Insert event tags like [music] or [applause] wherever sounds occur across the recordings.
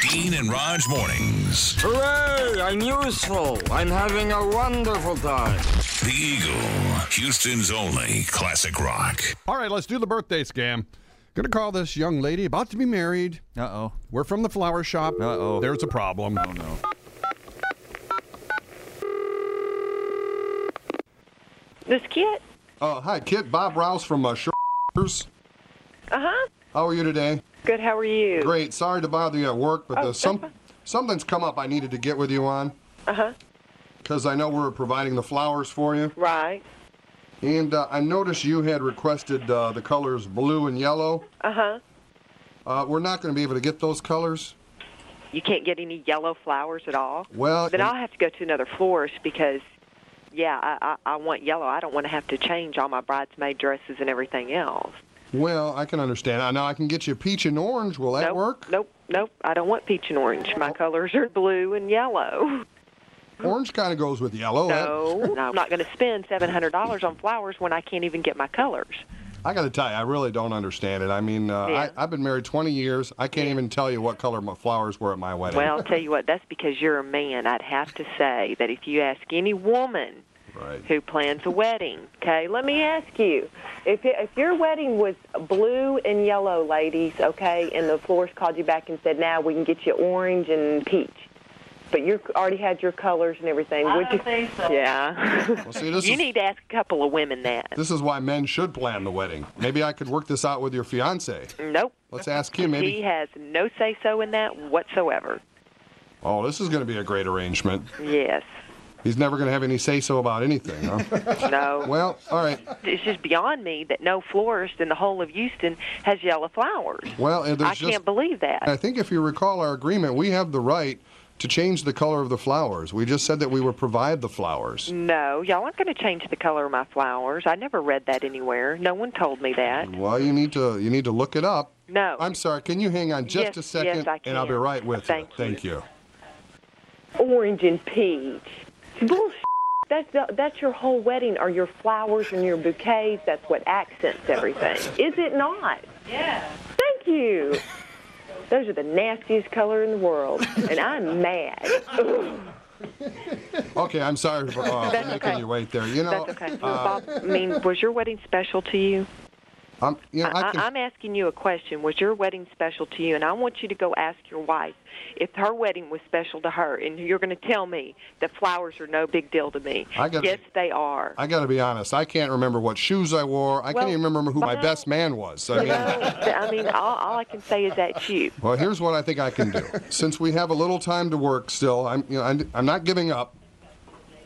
Keen and Raj mornings. Hooray! I'm useful. I'm having a wonderful time. The Eagle, Houston's only classic rock. All right, let's do the birthday scam. Gonna call this young lady about to be married. Uh oh. We're from the flower shop. Uh-oh. There's a problem. Oh no. This kid? Uh, hi, Kit. Bob Rouse from uh, Shores. Uh huh. How are you today? Good. How are you? Great. Sorry to bother you at work, but Oh, uh, that's some fine. something's come up I needed to get with you on. Uh huh. Because I know we're providing the flowers for you. Right. And uh, I noticed you had requested uh, the colors blue and yellow. Uh huh. Uh, we're not going to be able to get those colors. You can't get any yellow flowers at all. Well, then it- I'll have to go to another florist because, yeah, I, I I want yellow. I don't want to have to change all my bridesmaid dresses and everything else. Well, I can understand. I know I can get you peach and orange. Will that nope, work? Nope. Nope. I don't want peach and orange. My colors are blue and yellow. Orange kind of goes with yellow. That- No, no I'm not going to spend seven hundred dollars on flowers when I can't even get my colors. I got to tell you, I really don't understand it. I mean, uh, Yeah. I, I've been married 20 years. I can't even tell you what color my flowers were at my wedding. Well, I'll tell you what. That's because you're a man. I'd have to say that if you ask any woman right. who plans a wedding. Okay, let me ask you, if if your wedding was blue and yellow, ladies, okay, and the florist called you back and said, "Now we can get you orange and peach," but you already had your colors and everything. would you? think so. Yeah. Well, see, [laughs] this you is, need to ask a couple of women that. this is why men should plan the wedding. Maybe I could work this out with your fiance. Nope. Let's ask him. He Maybe. has no say so in that whatsoever. Oh, this is going to be a great arrangement. Yes. He's never going to have any say so about anything. [laughs] Huh? No. well, all right. it's just beyond me that no florist in the whole of Houston has yellow flowers. Well, and there's I just. can't believe that. I think if you recall our agreement, we have the right to change the color of the flowers. We just said that we would provide the flowers. No, y'all aren't going to change the color of my flowers. I never read that anywhere. No one told me that. Well, you need to you need to look it up. No. I'm sorry. Can you hang on just Yes, a second, yes, I and I'll be can. right with Thank you. you. Thank you. Orange and peach. Bullshit. That's, the, that's your whole wedding are your flowers and your bouquets. That's what accents everything. Is it not? Yeah. Thank you. Those are the nastiest color in the world, and I'm mad. Okay, I'm sorry for [laughs] uh, That's making okay. you wait there. You know, uh, That's okay. Bob, I mean, was your wedding special to you? I'm, you know, I I, can, I'm asking you a question. Was your wedding special to you? And I want you to go ask your wife if her wedding was special to her. And you're going to tell me that flowers are no big deal to me. I gotta- yes, they are. I got to be honest. I can't remember what shoes I wore. I Well, can't even remember who my no. best man was. I You mean, know, I mean, all, all I can say is that's you. well, here's what I think I can do. Since we have a little time to work still, I'm you know I'm, I'm not giving up.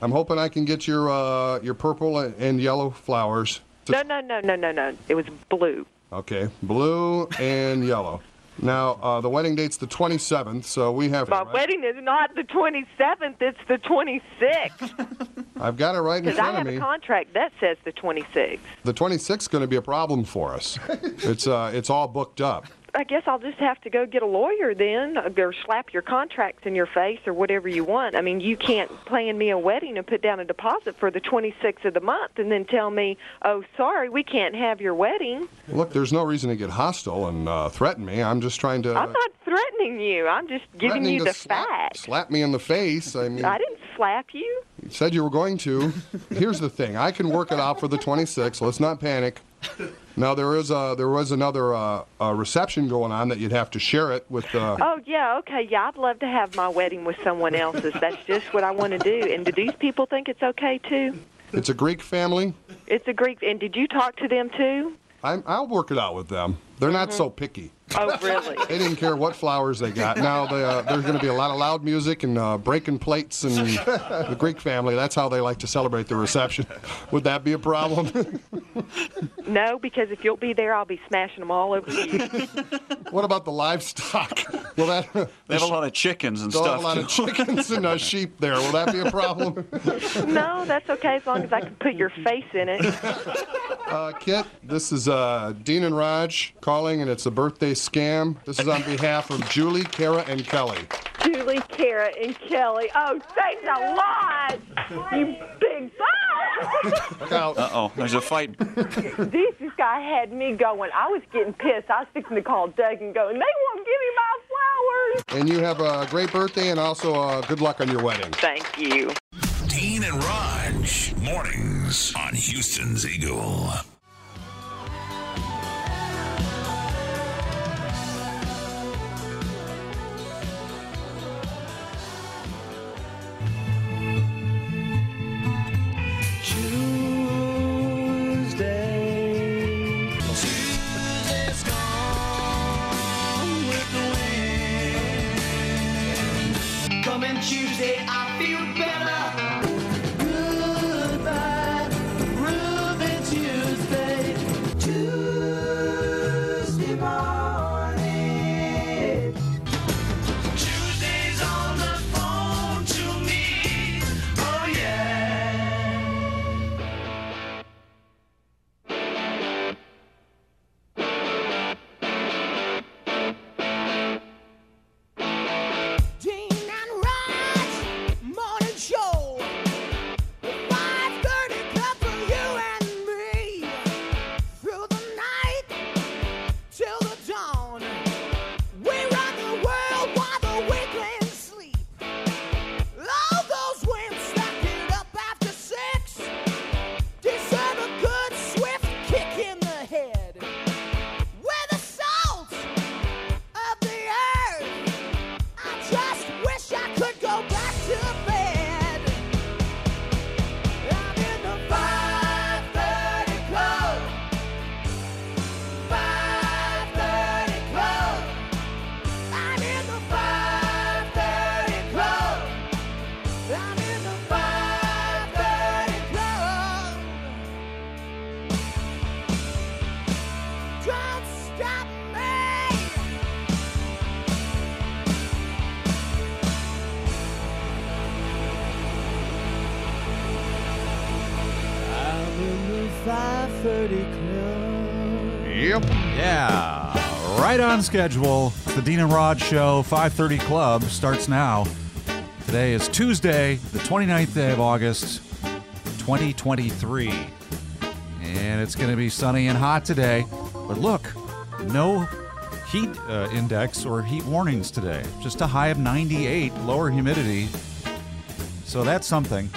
I'm hoping I can get your uh, your purple and, and yellow flowers. to- No, no, no, no, no, no. It was blue. Okay, blue and yellow. Now uh, the wedding date's the 27th, so we have. My right? wedding is not the 27th. It's the 26th. I've got it right in Because front I have of me. a contract that says the 26th. the 26th is going to be a problem for us. it's uh, it's all booked up. I guess I'll just have to go get a lawyer then, uh, or slap your contracts in your face, or whatever you want. I mean, you can't plan me a wedding and put down a deposit for the 26th of the month and then tell me, oh, sorry, we can't have your wedding. Look, there's no reason to get hostile and uh, threaten me. I'm just trying to. I'm not threatening you. I'm just giving Uh, threatening you to the slap, facts. Slap me in the face. I mean, I didn't slap you. you said you were going to. Here's the thing. I can work it out for the 26th. Let's not panic. Now there is uh there was another uh, uh, reception going on that you'd have to share it with. Uh, Oh, yeah, okay, yeah, I'd love to have my wedding with someone else's. That's just what I want to do. And do these people think it's okay, too? It's a Greek family. It's a Greek. And did you talk to them, too? I'm, I'll work it out with them. They're not so picky. Oh, really? They didn't care what flowers they got. Now they, uh, there's going to be a lot of loud music and uh, breaking plates and the Greek family. That's how they like to celebrate the reception. Would that be a problem? No, because if you'll be there, I'll be smashing them all over [laughs] you. what about the [laughs] livestock? Will that [laughs] They have a lot of chickens [laughs] and they'll have stuff. a lot of too. [laughs] chickens and uh, sheep there? Will that be a problem? [laughs] No, that's okay as long as I can put your face in it. Uh, Kit, this is uh, Dean and Raj calling, and it's a birthday scam. This is on behalf of Julie, Kara, and Kelly. [laughs] Julie, Kara, and Kelly. Oh, thanks a lot, you big. Look out. Uh-oh, there's a fight. This guy had me going. I was getting pissed. I was fixing to call Doug and going, they won't give me my flowers. And you have a great birthday and also uh, good luck on your wedding. Thank you. Dean and Raj, mornings on Houston's Eagle. Coming Tuesday, I feel better. Goodbye, Ruby Tuesday. Tuesday morning. Tuesday's on the phone to me. Oh, yeah. Dean and Raj Morning Show. 5:30 club for you and me. Through the night till the dawn. We rock the world while the weekend sleep. All those wimps that get up after six deserve a good swift kick in the head. We're the salt of the earth. I just wish I could go back to bed. I'm in the 5:30 club. 5:30 club. I'm in the 5:30 club. I'm in the 5:30 club. Don't stop me. Yep. Yeah, right on schedule. It's the Dean and Rod Show, 5:30 Club starts now. Today is Tuesday, the 29th day of August, 2023, and it's going to be sunny and hot today. But look, no heat uh, index or heat warnings today. Just a high of 98, lower humidity. So that's something.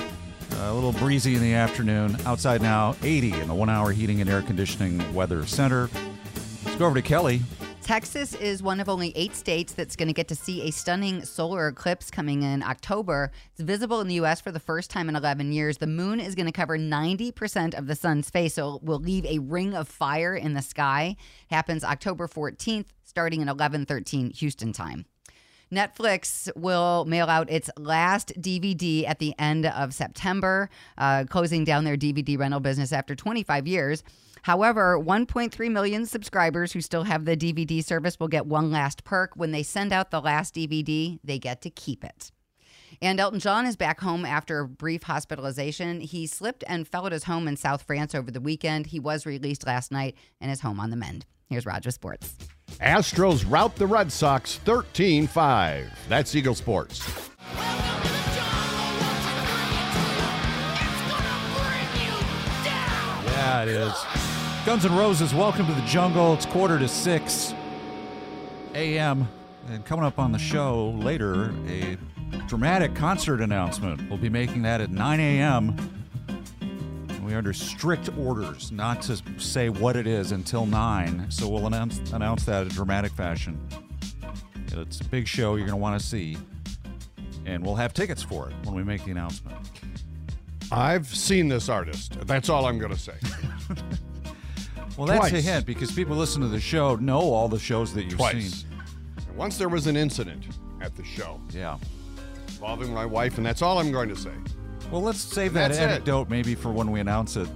A little breezy in the afternoon. Outside now, 80 in the one-hour heating and air conditioning weather center. Let's go over to Kelly. Texas is one of only eight states that's going to get to see a stunning solar eclipse coming in October. It's visible in the U.S. for the first time in 11 years. The moon is going to cover 90% of the sun's face, so it will leave a ring of fire in the sky. Happens October 14th, starting at 11:13 Houston time. Netflix will mail out its last DVD at the end of September, uh, closing down their DVD rental business after 25 years. However, 1.3 million subscribers who still have the DVD service will get one last perk. When they send out the last DVD, they get to keep it. And Elton John is back home after a brief hospitalization. He slipped and fell at his home in South France over the weekend. He was released last night and is home on the mend. Here's Roger Sports. Astros rout the Red Sox 13 5. That's Eagle Sports. Welcome to the jungle. What you gonna do? It's gonna bring you down. Yeah, it is. Guns N' Roses, welcome to the jungle. It's quarter to six a.m. And coming up on the show later, a dramatic concert announcement. We'll be making that at 9 a.m. We are under strict orders not to say what it is until 9, so we'll announce, announce that in dramatic fashion. It's a big show you're going to want to see, and we'll have tickets for it when we make the announcement. I've seen this artist. That's all I'm going to say. [laughs] Well, that's a Twice. hint because people listen to the show know all the shows that you've Twice. seen. And Once there was an incident at the show Yeah. involving my wife, and that's all I'm going to say. Well, let's save that That's it. anecdote maybe for when we announce [laughs] it.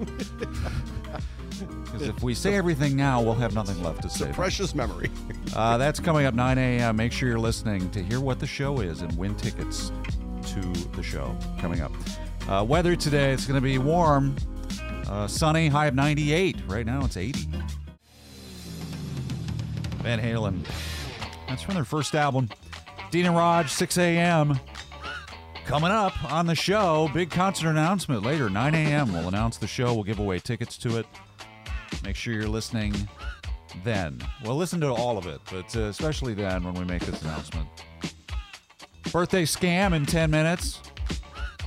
Because if we say everything now, we'll have nothing left to say. Precious memory. [laughs] Uh, that's coming up 9 a.m. Make sure you're listening to hear what the show is and win tickets to the show coming up. Uh, weather today, it's going to be warm, uh, sunny, high of 98. Right now, it's 80. Van Halen. That's from their first album. Dean and Raj, 6 a.m. Coming up on the show, big concert announcement later, 9 a.m. We'll announce the show. We'll give away tickets to it. Make sure you're listening then. Well, listen to all of it, but uh, especially then when we make this announcement. Birthday scam in 10 minutes.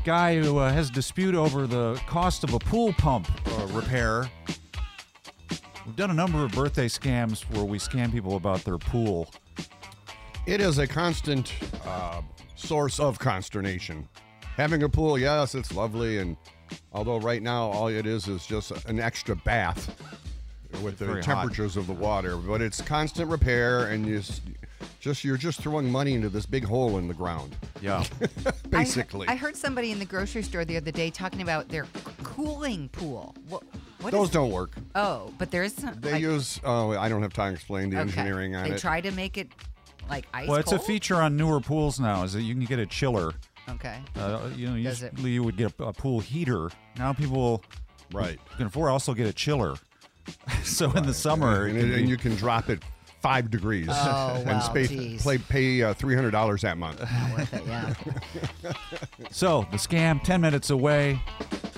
Guy who uh, has dispute over the cost of a pool pump uh, repair. We've done a number of birthday scams where we scam people about their pool. It is a constant uh, source of consternation. Having a pool, yes, it's lovely, and although right now all it is is just an extra bath with the very hot. temperatures of the water, but it's constant repair, and you s- just you're just throwing money into this big hole in the ground, Yeah. I he- [laughs] basically. I, heard somebody in the grocery store the other day talking about their c- cooling pool. What, what Those is- don't work. Oh, but there is some. They like- use. Oh, I don't have time to explain the okay. engineering on They it. try to make it like ice well, it's a cold? feature on newer pools now is that you can get a chiller. Okay. Uh, you know, Does it- usually you would get a, a pool heater. Now people right. can afford also get a chiller. [laughs] so in the summer, it and, can and be- you can drop it five degrees Oh, [laughs] and wow, pay- geez. play pay uh, three hundred dollars that month. Worth it, yeah. [laughs] So the scam, 10 minutes away.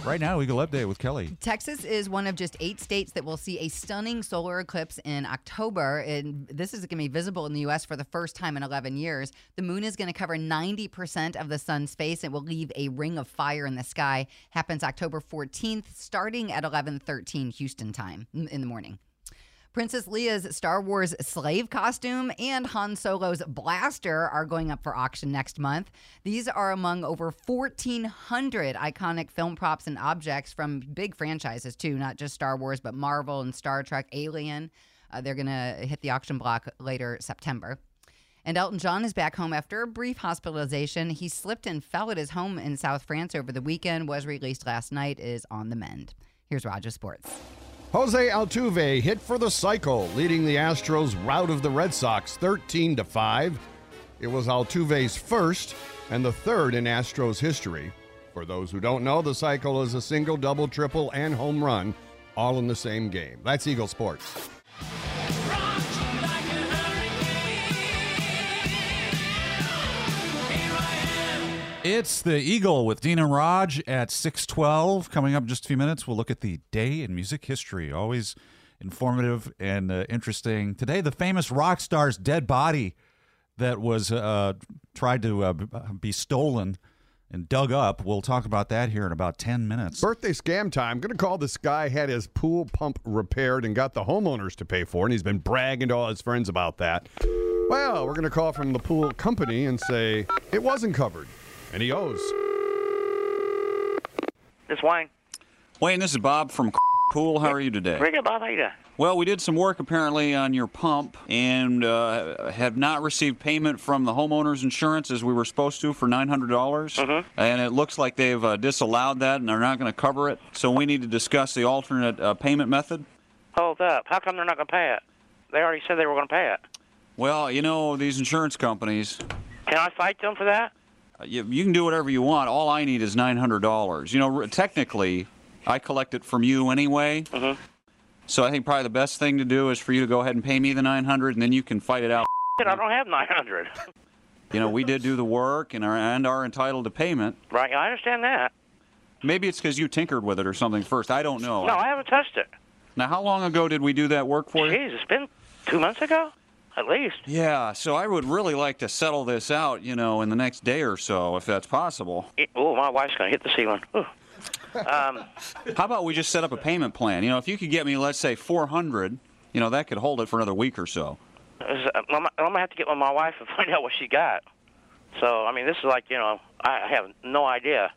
Right now, Eagle Update with Kelly. Texas is one of just eight states that will see a stunning solar eclipse in October. And this is going to be visible in the U.S. for the first time in 11 years. The moon is going to cover 90% of the sun's face. It will leave a ring of fire in the sky. Happens October 14th, starting at 11:13 Houston time in in the morning. Princess Leia's Star Wars slave costume and Han Solo's blaster are going up for auction next month. These are among over 1,400 iconic film props and objects from big franchises, too, not just Star Wars, but Marvel and Star Trek, Alien. Uh, they're going to hit the auction block later September. And Elton John is back home after a brief hospitalization. He slipped and fell at his home in South France over the weekend, was released last night, is on the mend. Here's Roger Sports. Jose Altuve hit for the cycle, leading the Astros rout of the Red Sox 13 to 5. It was Altuve's first and the third in Astros history. For those who don't know, the cycle is a single, double, triple, and home run all in the same game. That's Eagle Sports. It's the Eagle with Dean and Raj at 612. Coming up in just a few minutes, we'll look at the day in music history. Always informative and uh, interesting. Today, the famous rock star's dead body that was uh, tried to uh, b- be stolen and dug up. We'll talk about that here in about 10 minutes. Birthday scam time. Gonna call this guy had his pool pump repaired and got the homeowners to pay for it, and he's been bragging to all his friends about that. Well, we're gonna call from the pool company and say it wasn't covered, and he owes. This Wayne. Wayne, this is Bob from Pool. How are you today? Very good, Bob. How you doing? Well, we did some work apparently on your pump and uh, have not received payment from the homeowner's insurance as we were supposed to for $900. dollars Mm-hmm. And it looks like they've uh, disallowed that and they're not going to cover it. So we need to discuss the alternate uh, payment method. Hold up. How come they're not going to pay it? They already said they were going to pay it. Well, you know, these insurance companies, Can I fight them for that? uh, you, you can do whatever you want. All I need is $900. You know, r- technically, I collect it from you anyway. Mm-hmm. So I think probably the best thing to do is for you to go ahead and pay me the 900 and then you can fight it out. Shit, I don't have [laughs] 900. You know, we did do the work and are, and are entitled to payment. Right, I understand that. Maybe it's because you tinkered with it or something first. I don't know. No, I haven't touched it. Now, how long ago did we do that work for you? Jeez, it's been two months ago, at least. Yeah, so I would really like to settle this out, you know, in the next day or so, if that's possible. It- oh, my wife's going to hit the ceiling. Ooh. Um, How about we just set up a payment plan? You know, if you could get me, let's say, 400, you know, that could hold it for another week or so. is- I'm, I'm going to have to get with my wife and [laughs] find out what she got. So, I mean, this is like, you know, I I have no idea.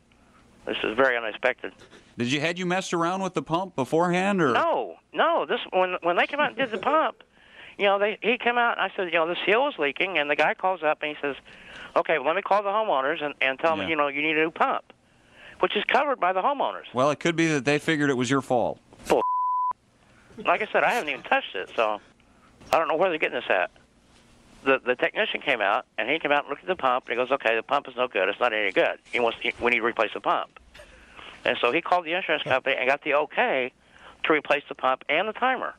This is very unexpected. Did you had you messed around with the pump beforehand or No, no. This when when they came out and did the pump, you know, they he came out and I said, you know, this seal was leaking, and the guy calls up and he says, okay, well, let me call the homeowners and and tell Yeah. them, you know, you need a new pump, which is covered by the homeowners. Well, it could be that they figured it was your fault. Like I said, I haven't even touched it, so I don't know where they're getting this at. The the technician came out and he came out and looked at the pump and he goes, okay, the pump is no good. It's not any good. He wants we need to replace the pump, and so he called the insurance company and got the okay to replace the pump and the timer.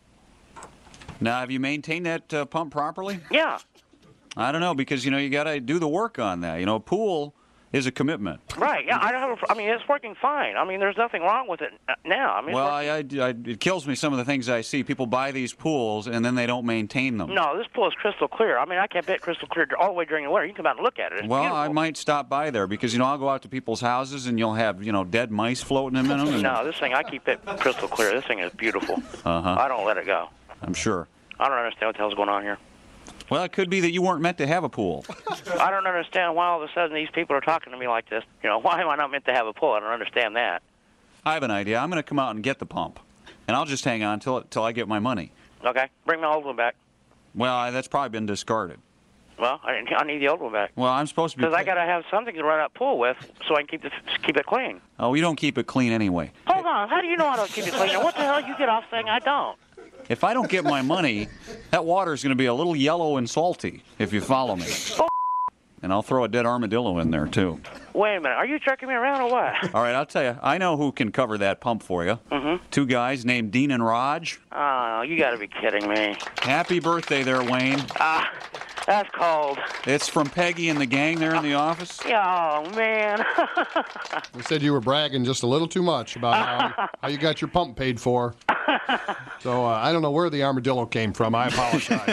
Now, have you maintained that uh, pump properly? Yeah. I don't know because you know you got to do the work on that. You know, pool is a commitment. Right. Yeah, I don't have. A, pro- I mean, it's working fine. I mean, there's nothing wrong with it uh, now. I mean, it's Well, I, I, I, it kills me some of the things I see. People buy these pools and then they don't maintain them. No, this pool is crystal clear. I mean, I kept it crystal clear all the way during the winter. You can come out and look at it. It's Well, beautiful. I might stop by there because you know I'll go out to people's houses and you'll have you know dead mice [laughs] floating in them. no, this thing I keep it crystal clear. This thing is beautiful. Uh-huh. I don't let it go. I'm sure. I don't understand what the hell's going on here. Well, it could be that you weren't meant to have a pool. [laughs] I don't understand why all of a sudden these people are talking to me like this. You know, [laughs] why am I not meant to have a pool? I don't understand that. I have an idea. I'm going to come out and get the pump, and I'll just hang on till till I get my money. Okay, bring my old one back. Well, I, that's probably been discarded. Well, I, I need the old one back Well, I'm supposed to be. because I gotta have something to run that pool with so I can keep the, keep it clean. Oh, you don't keep it clean anyway. Hold on, how do you know I don't keep it clean? And What the hell? You get off saying I don't. If I don't get my money, that water is going to be a little yellow and salty. If you follow me. Oh. And I'll throw a dead armadillo in there too. Wait a minute, are you jerking me around or what? All right, I'll tell you. I know who can cover that pump for you. Mm-hmm. Two guys named Dean and Raj. Oh, you gotta be kidding me. Happy birthday there, Wayne. Ah, that's cold. It's from Peggy and the gang there in the office. Oh man. [laughs] You said you were bragging just a little too much [laughs] about Ah, how, how you got your pump paid for. So uh, I don't know where the armadillo came from. I apologize.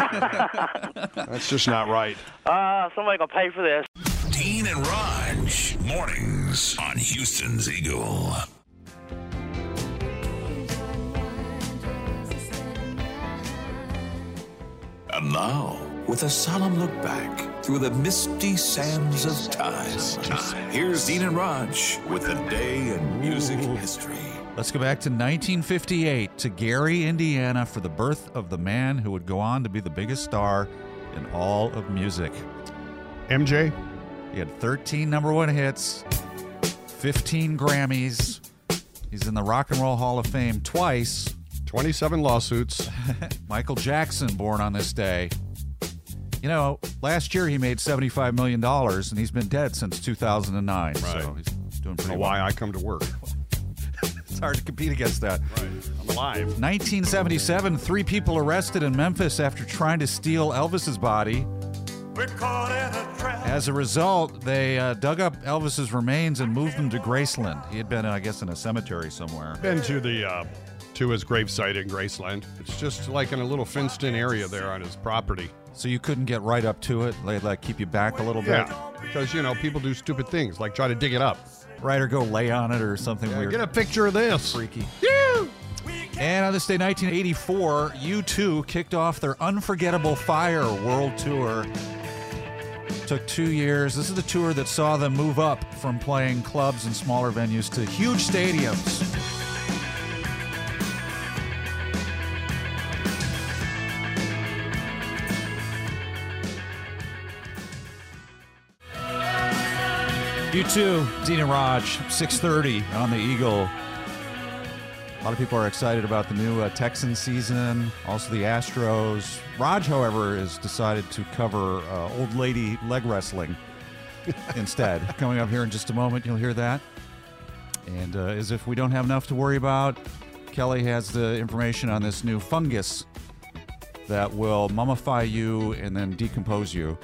That's just not right. Ah, somebody gonna pay for this. Dean and Raj, mornings on Houston's Eagle. And now, with a solemn look back through the misty sands of time, here's Dean and Raj with the day in music history. Let's go back to 1958 to Gary, Indiana, for the birth of the man who would go on to be the biggest star in all of music. MJ? He had 13 number one hits, 15 Grammys. He's in the Rock and Roll Hall of Fame twice. 27 lawsuits. [laughs] Michael Jackson, born on this day. You know, last year he made $75 million, and he's been dead since 2009. So Right. he's doing Don't pretty know well. why I come to work. [laughs] It's hard to compete against that. I'm alive. 1977, three people arrested in Memphis after trying to steal Elvis's body. We're caught in a trap. As a result, they uh, dug up Elvis's remains and moved him to Graceland. He had been, I guess, in a cemetery somewhere. Been to the uh, to his gravesite in Graceland. It's just like in a little fenced-in area there on his property. So you couldn't get right up to it. They'd like keep you back a little bit. Yeah, because you know people do stupid things like try to dig it up. Right, or go lay on it or something Yeah, weird. get a picture of this. freaky. And on this day, 1984, U2 kicked off their Unforgettable Fire World Tour. Took two years. This is the tour that saw them move up from playing clubs and smaller venues to huge stadiums. U2, Dean and Raj, 6:30 on the Eagle. A lot of people are excited about the new uh, Texan season, also the Astros. Raj, however, has decided to cover uh, old lady leg wrestling instead. Coming up here in just a moment, you'll hear that. And uh, as if we don't have enough to worry about, Kelly has the information on this new fungus that will mummify you and then decompose you.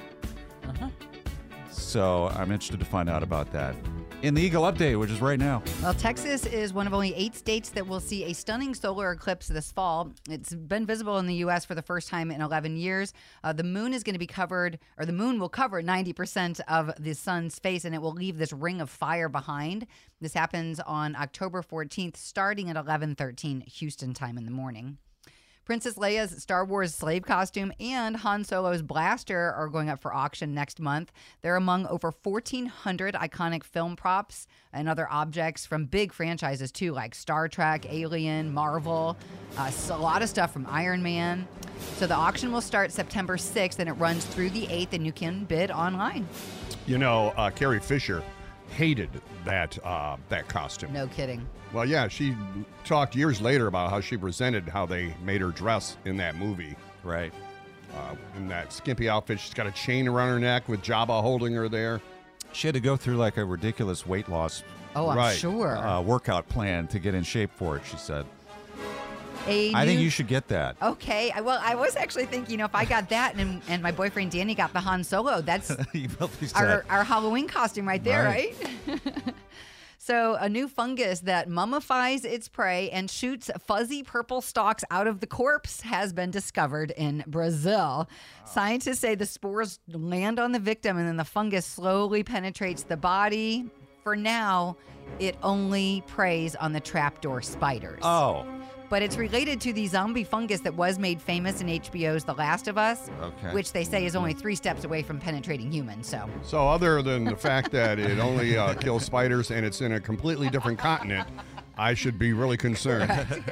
So I'm interested to find out about that. In the Eagle Update, which is right now. Well, Texas is one of only eight states that will see a stunning solar eclipse this fall. It's been visible in the U.S. for the first time in 11 years. Uh, the moon is going to be covered, or the moon will cover 90% of the sun's face, and it will leave this ring of fire behind. This happens on October 14th, starting at 11:13 Houston time in the morning. Princess Leia's Star Wars slave costume and Han Solo's blaster are going up for auction next month. They're among over 1,400 iconic film props and other objects from big franchises, too, like Star Trek, Alien, Marvel, uh, s- a lot of stuff from Iron Man. So the auction will start September 6th and it runs through the 8th, and you can bid online. You know, uh, Carrie Fisher hated that uh, that costume. No kidding. Well, yeah, she talked years later about how she resented how they made her dress in that movie. Right. Uh, in that skimpy outfit, she's got a chain around her neck with Jabba holding her there. She had to go through like a ridiculous weight loss Oh, I'm Right. sure. uh, workout plan to get in shape for it, she said. a I think new- you should get that. Okay, I- well, I was actually thinking, you know, if I got that and and my boyfriend Danny got the Han Solo, that's [laughs] You probably said- our, our Halloween costume right there, Right. right? [laughs] so, a new fungus that mummifies its prey and shoots fuzzy purple stalks out of the corpse has been discovered in Brazil. Scientists say the spores land on the victim and then the fungus slowly penetrates the body. For now, it only preys on the trapdoor spiders Oh, but it's related to the zombie fungus that was made famous in HBO's The Last of Us, Okay. which they say is only three steps away from penetrating humans. So, So, other than the fact that it only uh, kills spiders and it's in a completely different continent, I should be really concerned. [laughs]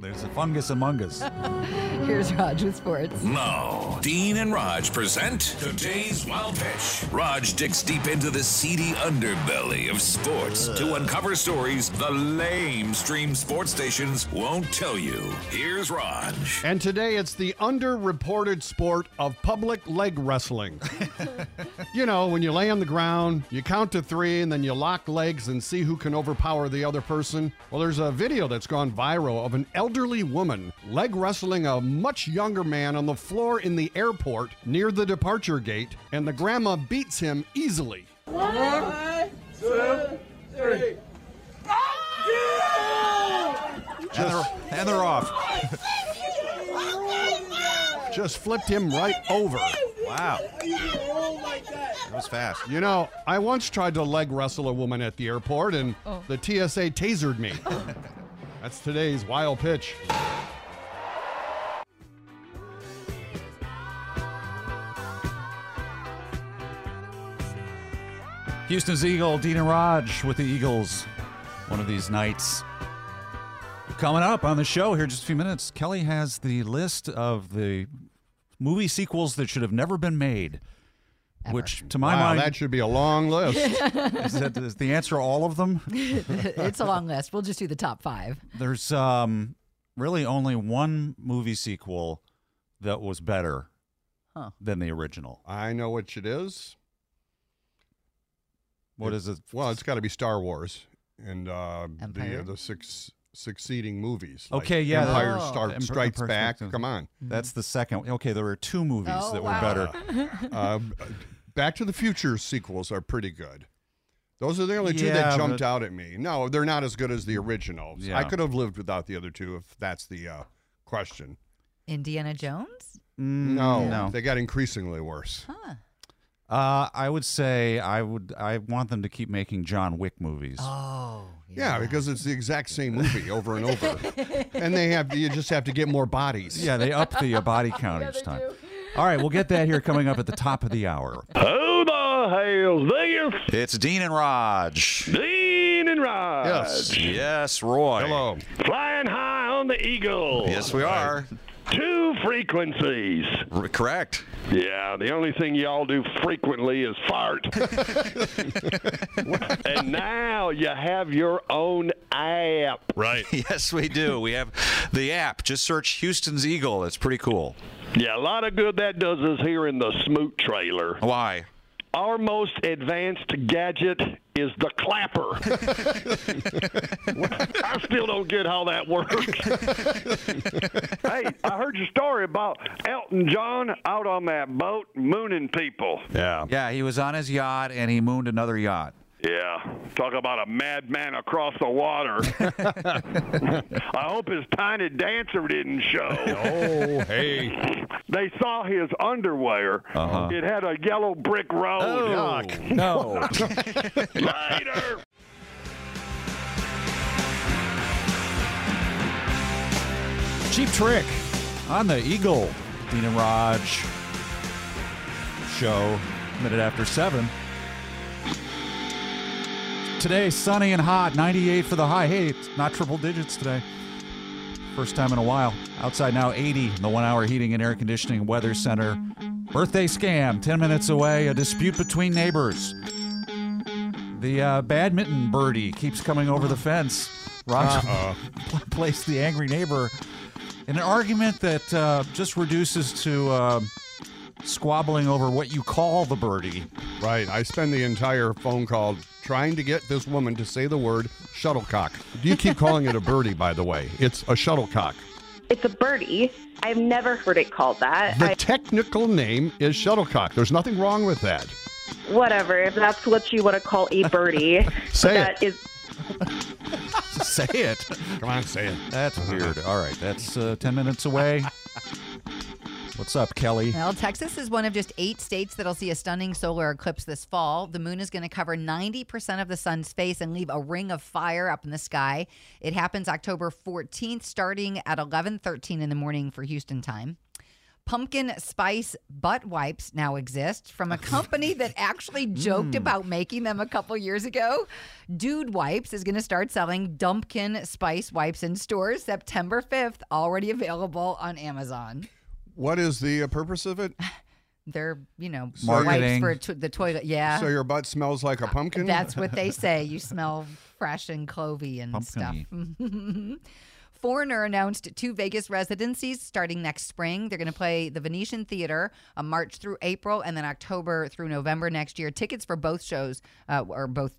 There's a fungus among us. [laughs] here's Raj with sports. Now, Dean and Raj present today's wild pitch. Raj digs deep into the seedy underbelly of sports to uncover stories the lame stream sports stations won't tell you. Here's Raj. And today it's the underreported sport of public leg wrestling. you know, when you lay on the ground, you count to three, and then you lock legs and see who can overpower the other person. Well, there's a video that's gone viral of an elderly woman leg wrestling a much younger man on the floor in the airport near the departure gate, and the grandma beats him easily. One, two, three. And they're, and they're off. [laughs] Just flipped him right over. Wow. It was fast. You know, I once tried to leg wrestle a woman at the airport and Oh. the TSA tasered me. That's today's wild pitch. Houston's Eagle, Dina Raj with the Eagles. One of these nights. Coming up on the show here in just a few minutes, Kelly has the list of the movie sequels that should have never been made. Which, to my Wow, mind, that should be a long [laughs] list. is, that, is the answer all of them? [laughs] [laughs] it's a long list. We'll just do the top five. There's um, really only one movie sequel that was better Huh. than the original. I know which it is. What is it? Well, it's got to be Star Wars and uh, the Empire? the six succeeding movies. like Okay, yeah. Empire that- Star- Emp- Strikes Empire Back. Strikes- Come on. Oh. That's the mm, second. Okay, there were two movies Oh, that were wow. better. Uh, Back to the Future sequels are pretty good. Those are the only two Yeah, that jumped but- out at me. No, they're not as good as the original. I Yeah. could have lived without the other two if that's the uh, question. Indiana Jones? No, no. they got increasingly worse. Uh, I would say I would. I want them to keep making John Wick movies. Oh, yeah. because it's the [laughs] exact same movie over and over, and they have you just have to get more bodies. Yeah, they up the uh, body count each time. All right, we'll get that here coming up at the top of the hour. Who the hell's Vegas? It's Dean and Raj. Dean and Rod. Yes. Yes, Roy. Hello. Flying high on the Eagle. Yes, we are. Two frequencies. correct. Yeah, the only thing y'all do frequently is [laughs] fart. and now you have your own app. Right. [laughs] yes, we do. We have the app. Just search Houston's Eagle. It's pretty cool. Yeah, a lot of good that does is here in the Smoot trailer. Why? Our most advanced gadget is the clapper. [laughs] I still don't get how that works. hey, I heard your story about Elton John out on that boat mooning people. Yeah. Yeah, he was on his yacht and he mooned another yacht. Yeah, talk about a madman across [laughs] the water. I hope his tiny dancer didn't show. Oh, hey. They saw his underwear. Uh-huh. It had a yellow brick road. Oh, Yuck. [laughs] no. Later. Cheap Trick on the Eagle. Dean and Raj show minute after seven. Today, sunny and hot, 98 for the high. Hey, it's not triple digits today. First time in a while. Outside now, 80 in the one hour heating and air conditioning weather center. Birthday scam, 10 minutes away, a dispute between neighbors. The uh, badminton birdie keeps coming over the fence. Roger [laughs] placed the angry neighbor in an argument that uh, just reduces to uh, squabbling over what you call the birdie. Right. I spend the entire phone call trying to get this woman to say the word shuttlecock. Do you keep calling it a birdie, by the way? It's a shuttlecock. It's a birdie. I've never heard it called that. The technical name is shuttlecock. There's nothing wrong with that. I, whatever, if that's what you want to call a birdie, Say that is say it. Come on, say it. That's weird. All right, that's uh, 10 minutes away. What's up, Kelly? Well, Texas is one of just eight states that'll see a stunning solar eclipse this fall. The moon is going to cover 90% of the sun's face and leave a ring of fire up in the sky. It happens October 14th, starting at 11:13 in the morning for Houston time. Pumpkin spice butt wipes now exist from a company that actually joked Mm. about making them a couple years ago. Dude Wipes is going to start selling Dumpkin spice wipes in stores September 5th, already available on Amazon. What is the uh, purpose of it? They're, you know, Marketing. wipes for to- the toilet. Yeah. So your butt smells like a pumpkin? Uh, That's what [laughs] they say. You smell fresh and clovey and stuff. [laughs] Foreigner announced two Vegas residencies starting next spring. They're going to play the Venetian Theater uh, March through April and then October through November next year. Tickets for both shows uh, or both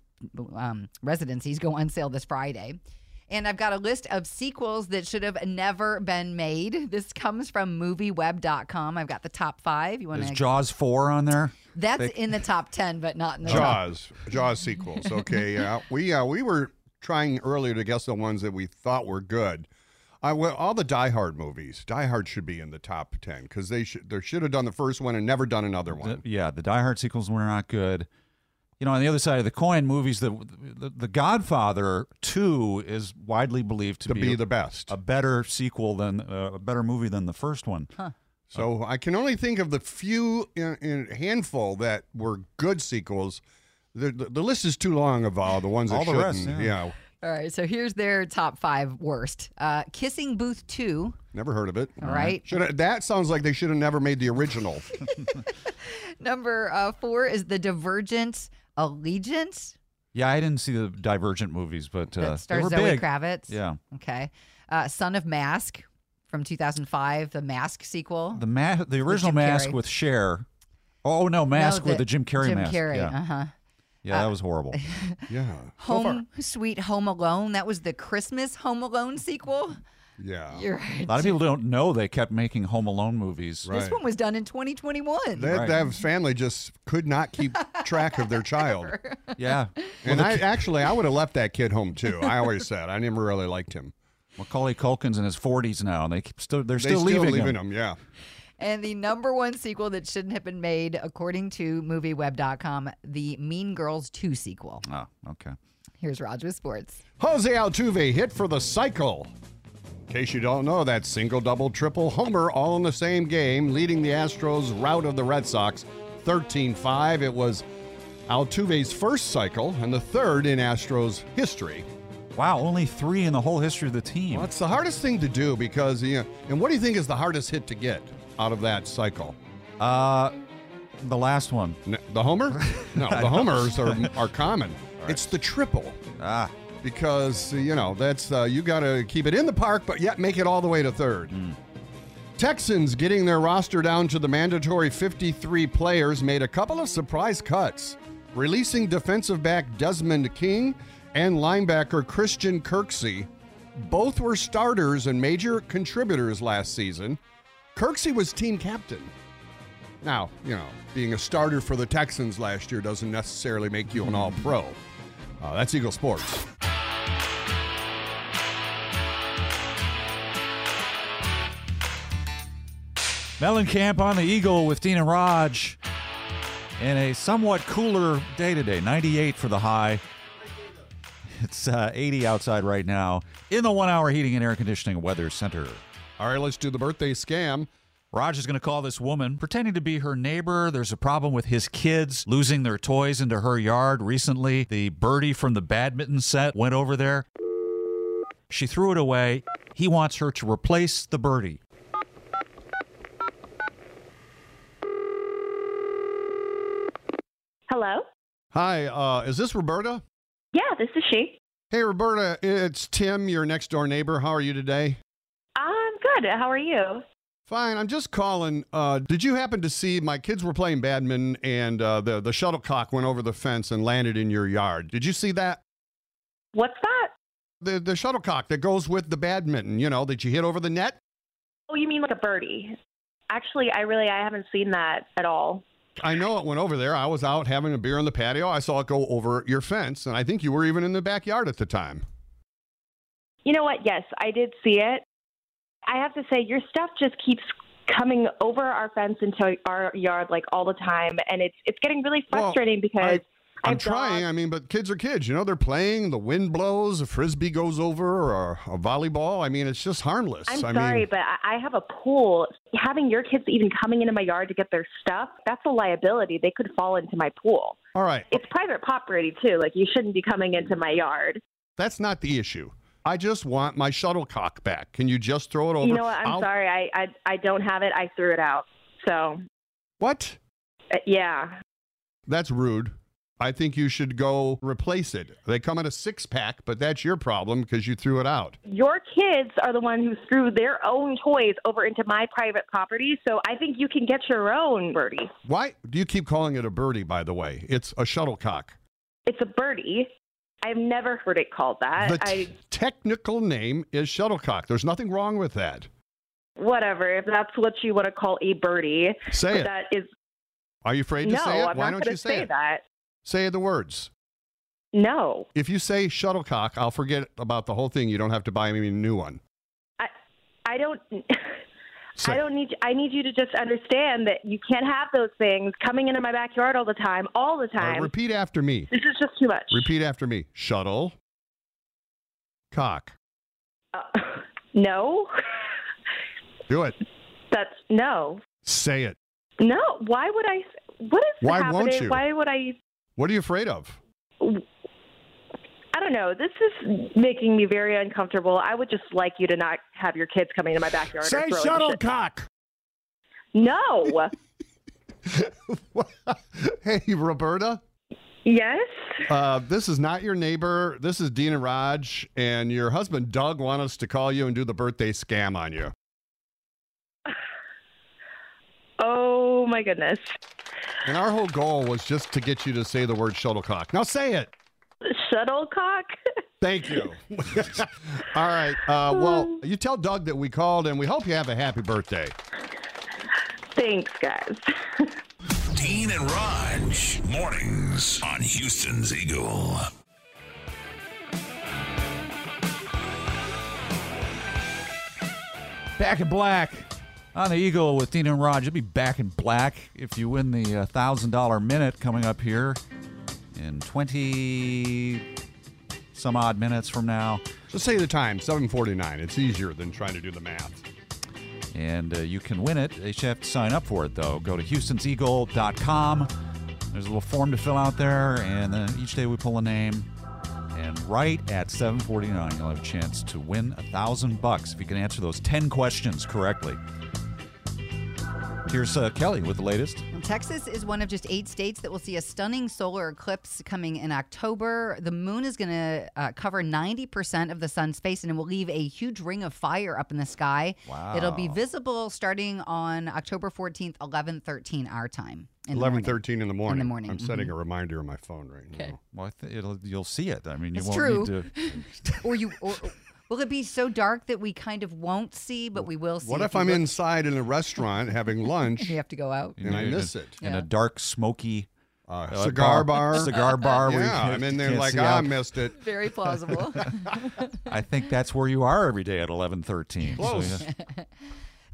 um, residencies go on sale this Friday. And I've got a list of sequels that should have never been made. This comes from movieweb.com. I've got the top five. You want Is to? Jaws 4 on there? That's They- in the top 10, but not in the top Jaws, Jaws sequels. Okay, yeah, we uh, we were trying earlier to guess the ones that we thought were good. I well, all the Die Hard movies. Die Hard should be in the top ten because they should they should have done the first one and never done another one. Yeah, the Die Hard sequels were not good. You know, on the other side of the coin, movies that the, the Godfather Two is widely believed to, To be the best, a better sequel than uh, a better movie than the first one. So I can only think of the few in, in handful that were good sequels. The, the, the list is too long of all the ones that All the rest, shouldn't. yeah. yeah, All right, so here's their top five worst. Uh, Kissing Booth 2, never heard of it. All right. Should that sounds like they should have never made [laughs] the original. number uh, four is The Divergent Allegiance. Yeah, I didn't see the Divergent movies, but uh, That stars they were Zoe big. Kravitz. Yeah, Okay. Uh, Son of Mask from 2005, the Mask sequel. the ma- the original Jim Mask Carrey. with Cher. Oh no, No, Mask with the Jim Carrey Jim mask. Carrey, yeah, uh-huh. yeah, that [laughs] was horrible. yeah, Home Sweet Home Alone. That was the Christmas Home Alone sequel. yeah. You're right. A lot of people don't know they kept making Home Alone movies. This one was done in 2021. That, that family just could not keep track of their child. [laughs] Yeah. And Well, I the ki- actually, I would have left that kid home too. I always said I never really liked him. Macaulay Culkin's in his 40s now, and they keep still they're They still, leaving, him. Yeah. And the number one sequel that shouldn't have been made, according to movieweb.com, the Mean Girls 2 sequel. Oh, okay. Here's Raj with sports. Jose Altuve hit for the cycle. In case you don't know, that's single, double, triple, homer all in the same game, leading the Astros' rout of the Red Sox 13 5. It was Altuve's first cycle and the third in Astros history. Wow, only three in the whole history of the team. Well, it's the hardest thing to do because, you know, and what do you think is the hardest hit to get out of that cycle? Uh, the last one. the [laughs] homer? No, I the know. [laughs] homers are, are common. It's the triple. Ah. Because, you know, that's uh, you got to keep it in the park, but yet make it all the way to third. Hmm. Texans getting their roster down to the mandatory 53 players made a couple of surprise cuts, releasing defensive back Desmond King and linebacker Christian Kirksey. Both were starters and major contributors last season. Kirksey was team captain. Now, you know, being a starter for the Texans last year doesn't necessarily make you an all pro. Uh, that's Eagle Sports. Mellencamp on the Eagle with Dean and Raj. And a somewhat cooler day today, 98 for the high. It's uh, 80 outside right now in the one hour heating and air conditioning weather center. All right, let's do the birthday scam. Raj is going to call this woman pretending to be her neighbor. There's a problem with his kids losing their toys into her yard recently. The birdie from the badminton set went over there. She threw it away. He wants her to replace the birdie. Hello? Hi, uh, is this Roberta? Yeah, this is she. Hey, Roberta, it's Tim, your next door neighbor. How are you today? I'm good. How are you? Fine. I'm just calling. Uh, did you happen to see my kids were playing badminton and uh, the the shuttlecock went over the fence and landed in your yard? Did you see that? What's that? The the shuttlecock that goes with the badminton. You know that you hit over the net. Oh, you mean like a birdie? Actually, I really I haven't seen that at all. I know it went over there. I was out having a beer on the patio. I saw it go over your fence, and I think you were even in the backyard at the time. You know what? Yes, I did see it. I have to say, your stuff just keeps coming over our fence into our yard like all the time, and it's it's getting really frustrating because I'm I've trying. I mean, but kids are kids. You know, they're playing. The wind blows. A frisbee goes over, or a volleyball. I mean, it's just harmless. I'm I sorry, mean, but I I have a pool. Having your kids even coming into my yard to get their stuff, that's a liability. They could fall into my pool. All right. It's private property, too. Like, you shouldn't be coming into my yard. that's not the issue. I just want my shuttlecock back. Can you just throw it over? You know what? I'm I'll- sorry. I, I, I don't have it. I threw it out. So, What? uh, yeah. That's rude. I think you should go replace it. They come in a six pack, but that's your problem because you threw it out. Your kids are the one who threw their own toys over into my private property. So, I think you can get your own birdie. Why do you keep calling it a birdie, by the way? It's a shuttlecock. It's a birdie. I've never heard it called that. The I t- technical name is shuttlecock. There's nothing wrong with that. whatever. If that's what you want to call a birdie, Say it. That is Are you afraid no. to say it? I'm Why not don't gonna you say, it? that. Say the words. No, If you say shuttlecock, I'll forget about the whole thing. You don't have to buy me a new one. I, I don't. [laughs] Say- I don't need. I need you to just understand that you can't have those things coming into my backyard all the time, all the All right, time. Uh, repeat after me. this is just too much. Repeat after me. Shuttle. Cock. No, [laughs] Do it. that's no, Say it. no. Why would I? What is Why happening? won't you? Why would I? What are you afraid of? I don't know. This is making me very uncomfortable. I would just like you to not have your kids coming into my backyard. or Say throwing shit. shuttlecock. No. [laughs] Hey, Roberta. yes. Uh, this is not your neighbor. This is Dina Raj, and your husband Doug want us to call you and do the birthday scam on you. Oh my goodness. And our whole goal was just to get you to say the word shuttlecock. Now say it. Shuttlecock. Thank you. [laughs] All right. Uh, [sighs] well, you tell Doug that we called, and we hope you have a happy birthday. Thanks, guys. [laughs] Dean and Raj, mornings on Houston's Eagle. Back in black on the Eagle with Dean and Raj. You'll be back in black if you win the uh, $1,000 minute coming up here in 20 some odd minutes from now. Just say the time, 749. It's easier than trying to do the math. And uh, you can win it. You should have to sign up for it, though. Go to houstonseagle.com. There's a little form to fill out there, and then each day we pull a name. And right at 7:49, you'll have a chance to win a thousand bucks if you can answer those 10 questions correctly. Here's uh, Kelly with the latest. Well, Texas is one of just eight states that will see a stunning solar eclipse coming in October. The moon is going to uh, cover 90% of the sun's face and it will leave a huge ring of fire up in the sky. Wow. It'll be visible starting on October 14th, 11, 13 our time. in the Eleven morning. thirteen in the morning. morning, I'm setting mhm. a reminder on my phone right now. Well, I th- it'll, you'll see it. I mean, you It's won't true. need to. [laughs] or you or, or- will it be so dark that we kind of won't see, but we will see? What if we I'm look- inside in a restaurant having lunch You have to go out. you and I know, miss it? In a dark, smoky uh, cigar [laughs] bar. Cigar bar. where you [laughs] Yeah, can't- I'm [laughs] in you there can't like "Ah, see I out. missed it. [laughs] Very plausible. I think that's where you are every day at 11:13. Close. [laughs]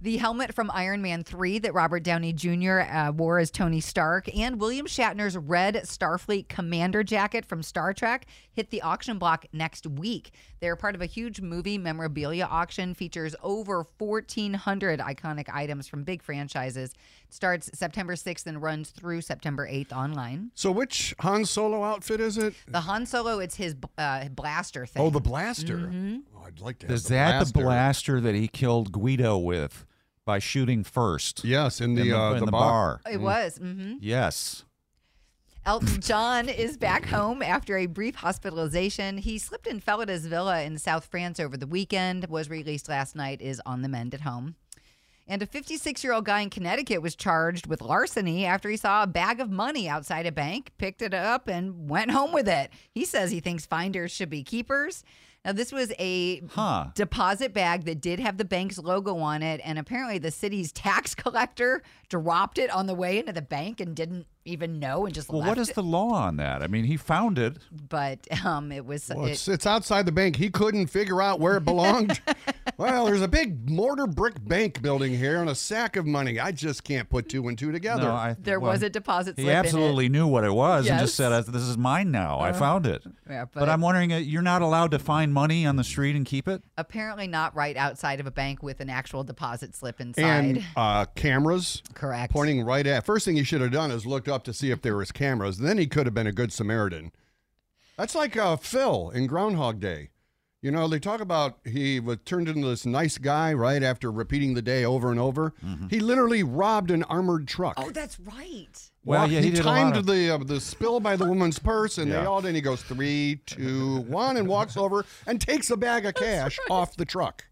The helmet from Iron Man 3 that Robert Downey Jr. Uh, wore as Tony Stark and William Shatner's red Starfleet commander jacket from Star Trek hit the auction block next week. They're part of a huge movie memorabilia auction features over 1400 iconic items from big franchises. It starts September 6th and runs through September 8th online. So which Han Solo outfit is it? The Han Solo it's his uh, blaster thing. Mm-hmm. Oh, the blaster. Oh, I'd like to. Have Is the that blaster. the blaster that he killed Guido with by shooting first? Yes, in the, uh, in the the bar. bar. It was. Mhm. Yes. Elton John is back home after a brief hospitalization. He slipped and fell at his villa in South France over the weekend, was released last night, is on the mend at home. And a 56 year old guy in Connecticut was charged with larceny after he saw a bag of money outside a bank, picked it up, and went home with it. He says he thinks finders should be keepers. Now, this was a Huh. deposit bag that did have the bank's logo on it, and apparently the city's [laughs] tax collector dropped it on the way into the bank and didn't even know and just Well, left what is it. the law on that? I mean, he found it. But um, it was Well, it- it's, it's outside the bank. He couldn't figure out where [laughs] it belonged. well, there's a big mortar brick bank building here and a sack of money. I just can't put two and two together. No, I- there well, was a deposit slip. He absolutely knew what it was and Yes. just said, "I- "This is mine now. I Uh-huh. found it." Yeah, but, but- I'm wondering, uh, you're not allowed to find money on the street and keep it? Apparently not right outside of a bank with an actual deposit slip inside. and uh, cameras. Correct. Pointing right at. First thing he should have done is looked up to see if there was cameras. Then he could have been a good Samaritan. That's like uh, Phil in Groundhog Day. You know, they talk about he was turned into this nice guy right after repeating the day over and over. Mm-hmm. He literally robbed an armored truck. oh, that's right. Well, Walk- yeah, he did a lot timed of- the uh, the spill by the woman's purse, and they Yeah. all. Then he goes three, two, one, and walks over and takes a [laughs] bag of cash off the truck.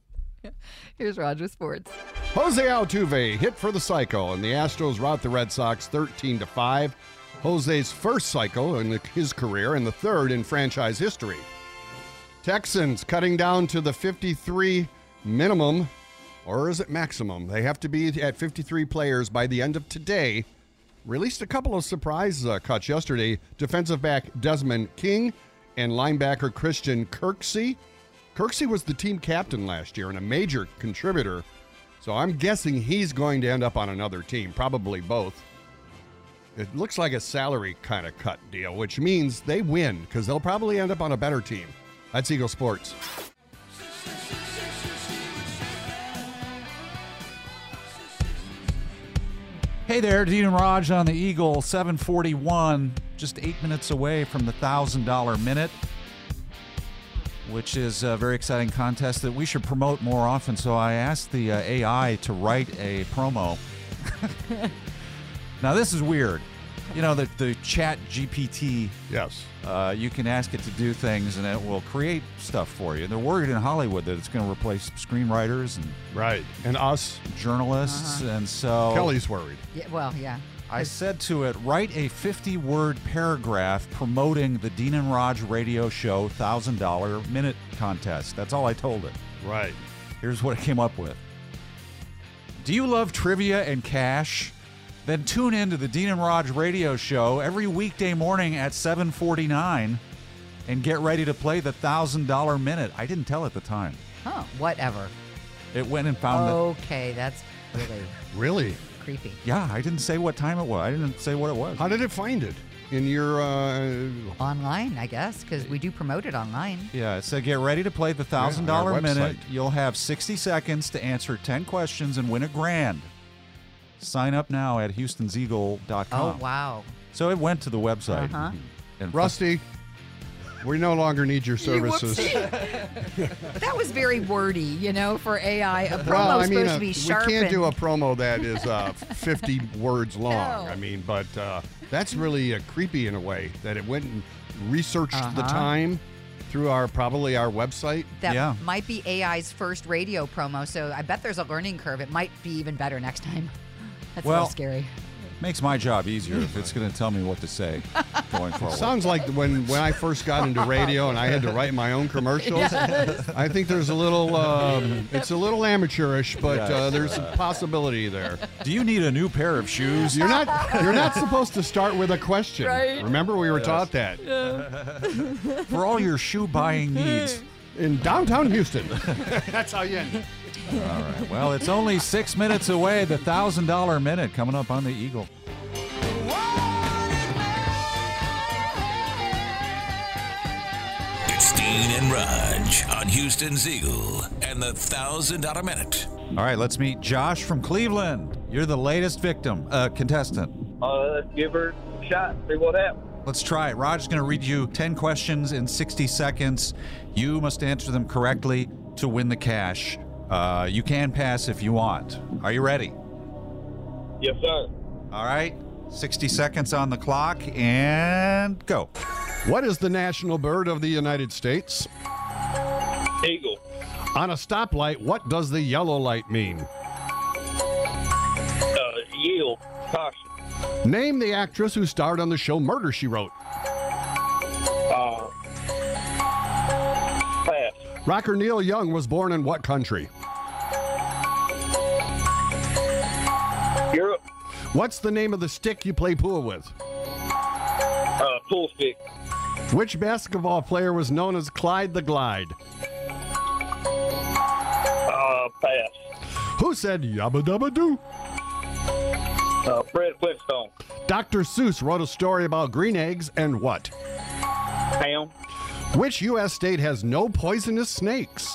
Here's Roger Sports. Jose Altuve hit for the cycle, and the Astros rout the Red Sox 13 to 5. Jose's first cycle in the- his career and the third in franchise history. Texans cutting down to the 53 minimum, or is it maximum? They have to be at 53 players by the end of today. Released a couple of surprise uh, cuts yesterday. Defensive back Desmond King and linebacker Christian Kirksey. Kirksey was the team captain last year and a major contributor, so I'm guessing he's going to end up on another team, probably both. It looks like a salary kind of cut deal, which means they win because they'll probably end up on a better team. That's Eagle Sports. Hey there, Dean and Raj on the Eagle, 741, just eight minutes away from the $1,000 minute, which is a very exciting contest that we should promote more often. So I asked the uh, AI to write a promo. [laughs] now, this is weird. You know, the, the chat GPT. Yes. Uh, you can ask it to do things and it will create stuff for you. They're worried in Hollywood that it's going to replace screenwriters and right and us Uh-huh. journalists, and so Kelly's worried. Yeah, well, yeah. I said to it, write a 50 word paragraph promoting the Dean and Raj radio show $1,000 minute contest. That's all I told it. Right. Here's what I came up with Do you love trivia and cash? Then tune in to the Dean and Raj radio show every weekday morning at 749 and get ready to play the $1,000 minute. I didn't tell at the time. Huh, whatever. Oh, It went and found Um, the. Okay, that's really Really? creepy. Yeah, I didn't say what time it was. I didn't say what it was. How did it find it? In your. Uh... Online, I guess, because we do promote it online. Yeah, so get ready to play the thousand on dollar our minute. You'll have sixty seconds to answer ten questions and win a grand. Sign up now at Houston'sEagle.com. Oh, wow. So it went to the website. Mm-hmm. Uh-huh. And Rusty, we no longer need your services. [laughs] [laughs] But that was very wordy, you know, for AI. A promo Well, I mean, supposed uh, to be we sharp. can't do a and- promo that is [laughs] uh, 50 words long. No. I mean, but uh, that's really uh, creepy in a way that it went and researched the Uh-huh. time through our probably our website. that might be AI's first radio promo, so I bet there's a learning curve. It might be even better next time. [laughs] That's a Well, little scary. makes my job easier if [laughs] it's going to tell me what to say going It [laughs] forward. sounds like when, when I first got into radio and I had to write my own [laughs] commercials. Yes. I think there's a little, um, it's a little amateurish, but Yes. uh, there's a possibility there. Do you need a new pair of shoes? You're not, you're not supposed to start with a question. Right. Remember, we were Yes. taught that. For all your shoe buying needs. In [laughs] downtown Houston. [laughs] That's how you end it. All right. Well, it's only six minutes away. The thousand dollar minute coming up on the Eagle. It's Dean and Raj on Houston's Eagle and the $1,000 minute. All right, let's meet Josh from Cleveland. You're the latest victim, uh, contestant. Uh, let's give her a shot, see what happens. Let's try it. Raj is going to read you 10 questions in 60 seconds. You must answer them correctly to win the cash. Uh, you can pass if you want. Are you ready? Yes, sir. All right. 60 seconds on the clock and go. What is the national bird of the United States? Eagle, On a stoplight, what does the yellow light mean? uh, yield, caution. Name the actress who starred on the show Murder She Wrote. Uh, pass. Rocker Neil Young was born in what country? Europe, What's the name of the stick you play pool with? uh, pool stick, Which basketball player was known as Clyde the Glide? uh, pass, Who said yabba dabba doo? uh, Fred Flintstone, Dr. Seuss wrote a story about green eggs and what? ham, Which U.S. state has no poisonous snakes?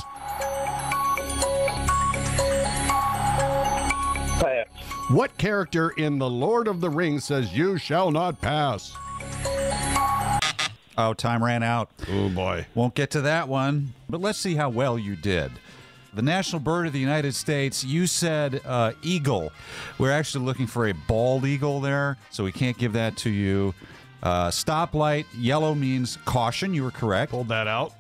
pass, What character in The Lord of the Rings says, You shall not pass? Oh, time ran out. Oh, boy. Won't get to that one, but let's see how well you did. The national bird of the United States, you said uh, eagle. We're actually looking for a bald eagle there, so we can't give that to you. Uh, stoplight, yellow means caution. You were correct. Hold that out.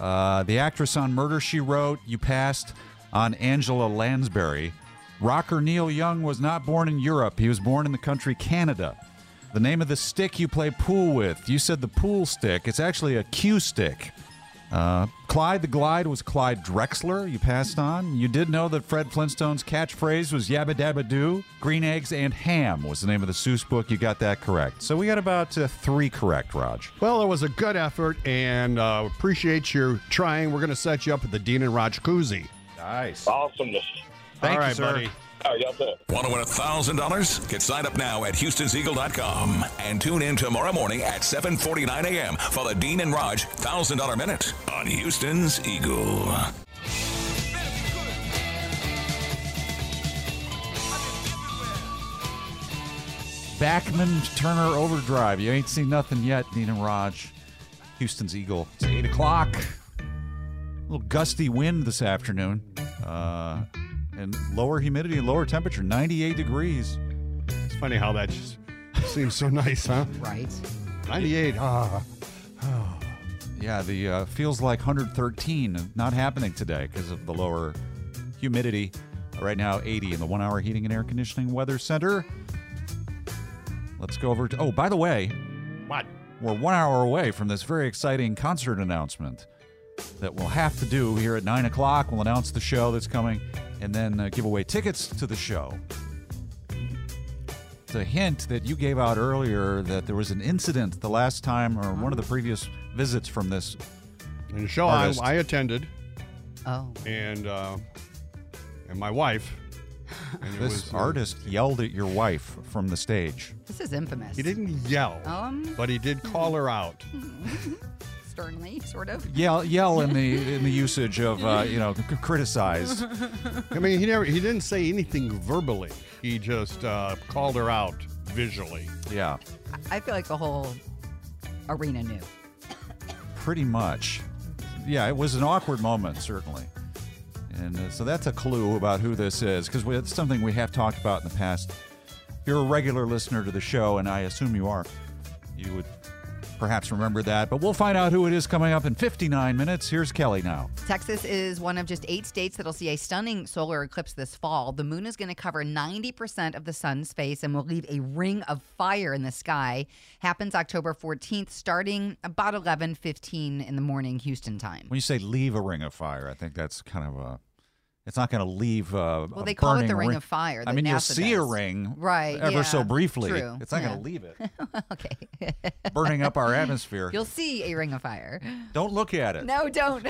Uh, the actress on Murder, She Wrote, you passed on Angela Lansbury. Rocker Neil Young was not born in Europe, he was born in the country Canada. The name of the stick you play pool with. You said the pool stick. It's actually a cue stick. Uh, Clyde the Glide was Clyde Drexler. You passed on. You did know that Fred Flintstone's catchphrase was Yabba Dabba Doo. Green Eggs and Ham was the name of the Seuss book. You got that correct. So we got about uh, three correct, Raj. Well, it was a good effort, and uh, appreciate your trying. We're going to set you up with the Dean and Raj koozie. Nice. Awesomeness. Thank you, right, sir. buddy. All right, y'all set. Want to win $1,000? Get signed up now at Houston'sEagle.com and tune in tomorrow morning at 7.49 a.m. for the Dean and Raj $1,000 Minute on Houston's Eagle. Backman Turner Overdrive. You ain't seen nothing yet, Dean and Raj. Houston's Eagle. It's 8 o'clock. A little gusty wind this afternoon. Uh, and lower humidity, lower temperature, 98 degrees. It's funny how that just seems so nice, huh? Right. 98. Ah. Ah. Yeah, the uh, feels like 113. Not happening today because of the lower humidity. Uh, Right now, 80 in the one hour heating and air conditioning weather center. Let's go over to. Oh, by the way, What? we're one hour away from this very exciting concert announcement that we'll have to do here at 9 o'clock. We'll announce the show that's coming and then uh, give away tickets to the show. It's a hint that you gave out earlier that there was an incident the last time or one of the previous visits from this. And the show I, Artist. I attended. Oh. And uh, and my wife. And it This was, uh, artist yelled at your wife from the stage. This is infamous. He didn't yell, Um. but he did call her out. Sternly, sort of. Yell, yell in the in the usage of uh, you know c- criticized. I mean, he never he didn't say anything verbally. He just uh, called her out visually. Yeah, I- I feel like the whole arena knew. pretty much. Yeah, it was an awkward moment certainly, and uh, so that's a clue about who this is because it's something we have talked about in the past. If you're a regular listener to the show, and I assume you are, you would perhaps remember that. But we'll find out who it is coming up in 59 minutes. Here's Kelly now. Texas is one of just eight states that'll see a stunning solar eclipse this fall. The moon is going to cover 90% of the sun's face and will leave a ring of fire in the sky. Happens October 14th, starting about 11:15 in the morning Houston time. When you say leave a ring of fire, I think that's kind of a. It's not going to leave. Uh, Well, a they call it the burning ring of fire I that mean, you'll NASA see a does. ring, Right, Ever so yeah, briefly, true, it's not yeah. going to leave it. okay. Burning up [laughs] our atmosphere. You'll see a ring of fire. [laughs] Don't look at it. No, don't.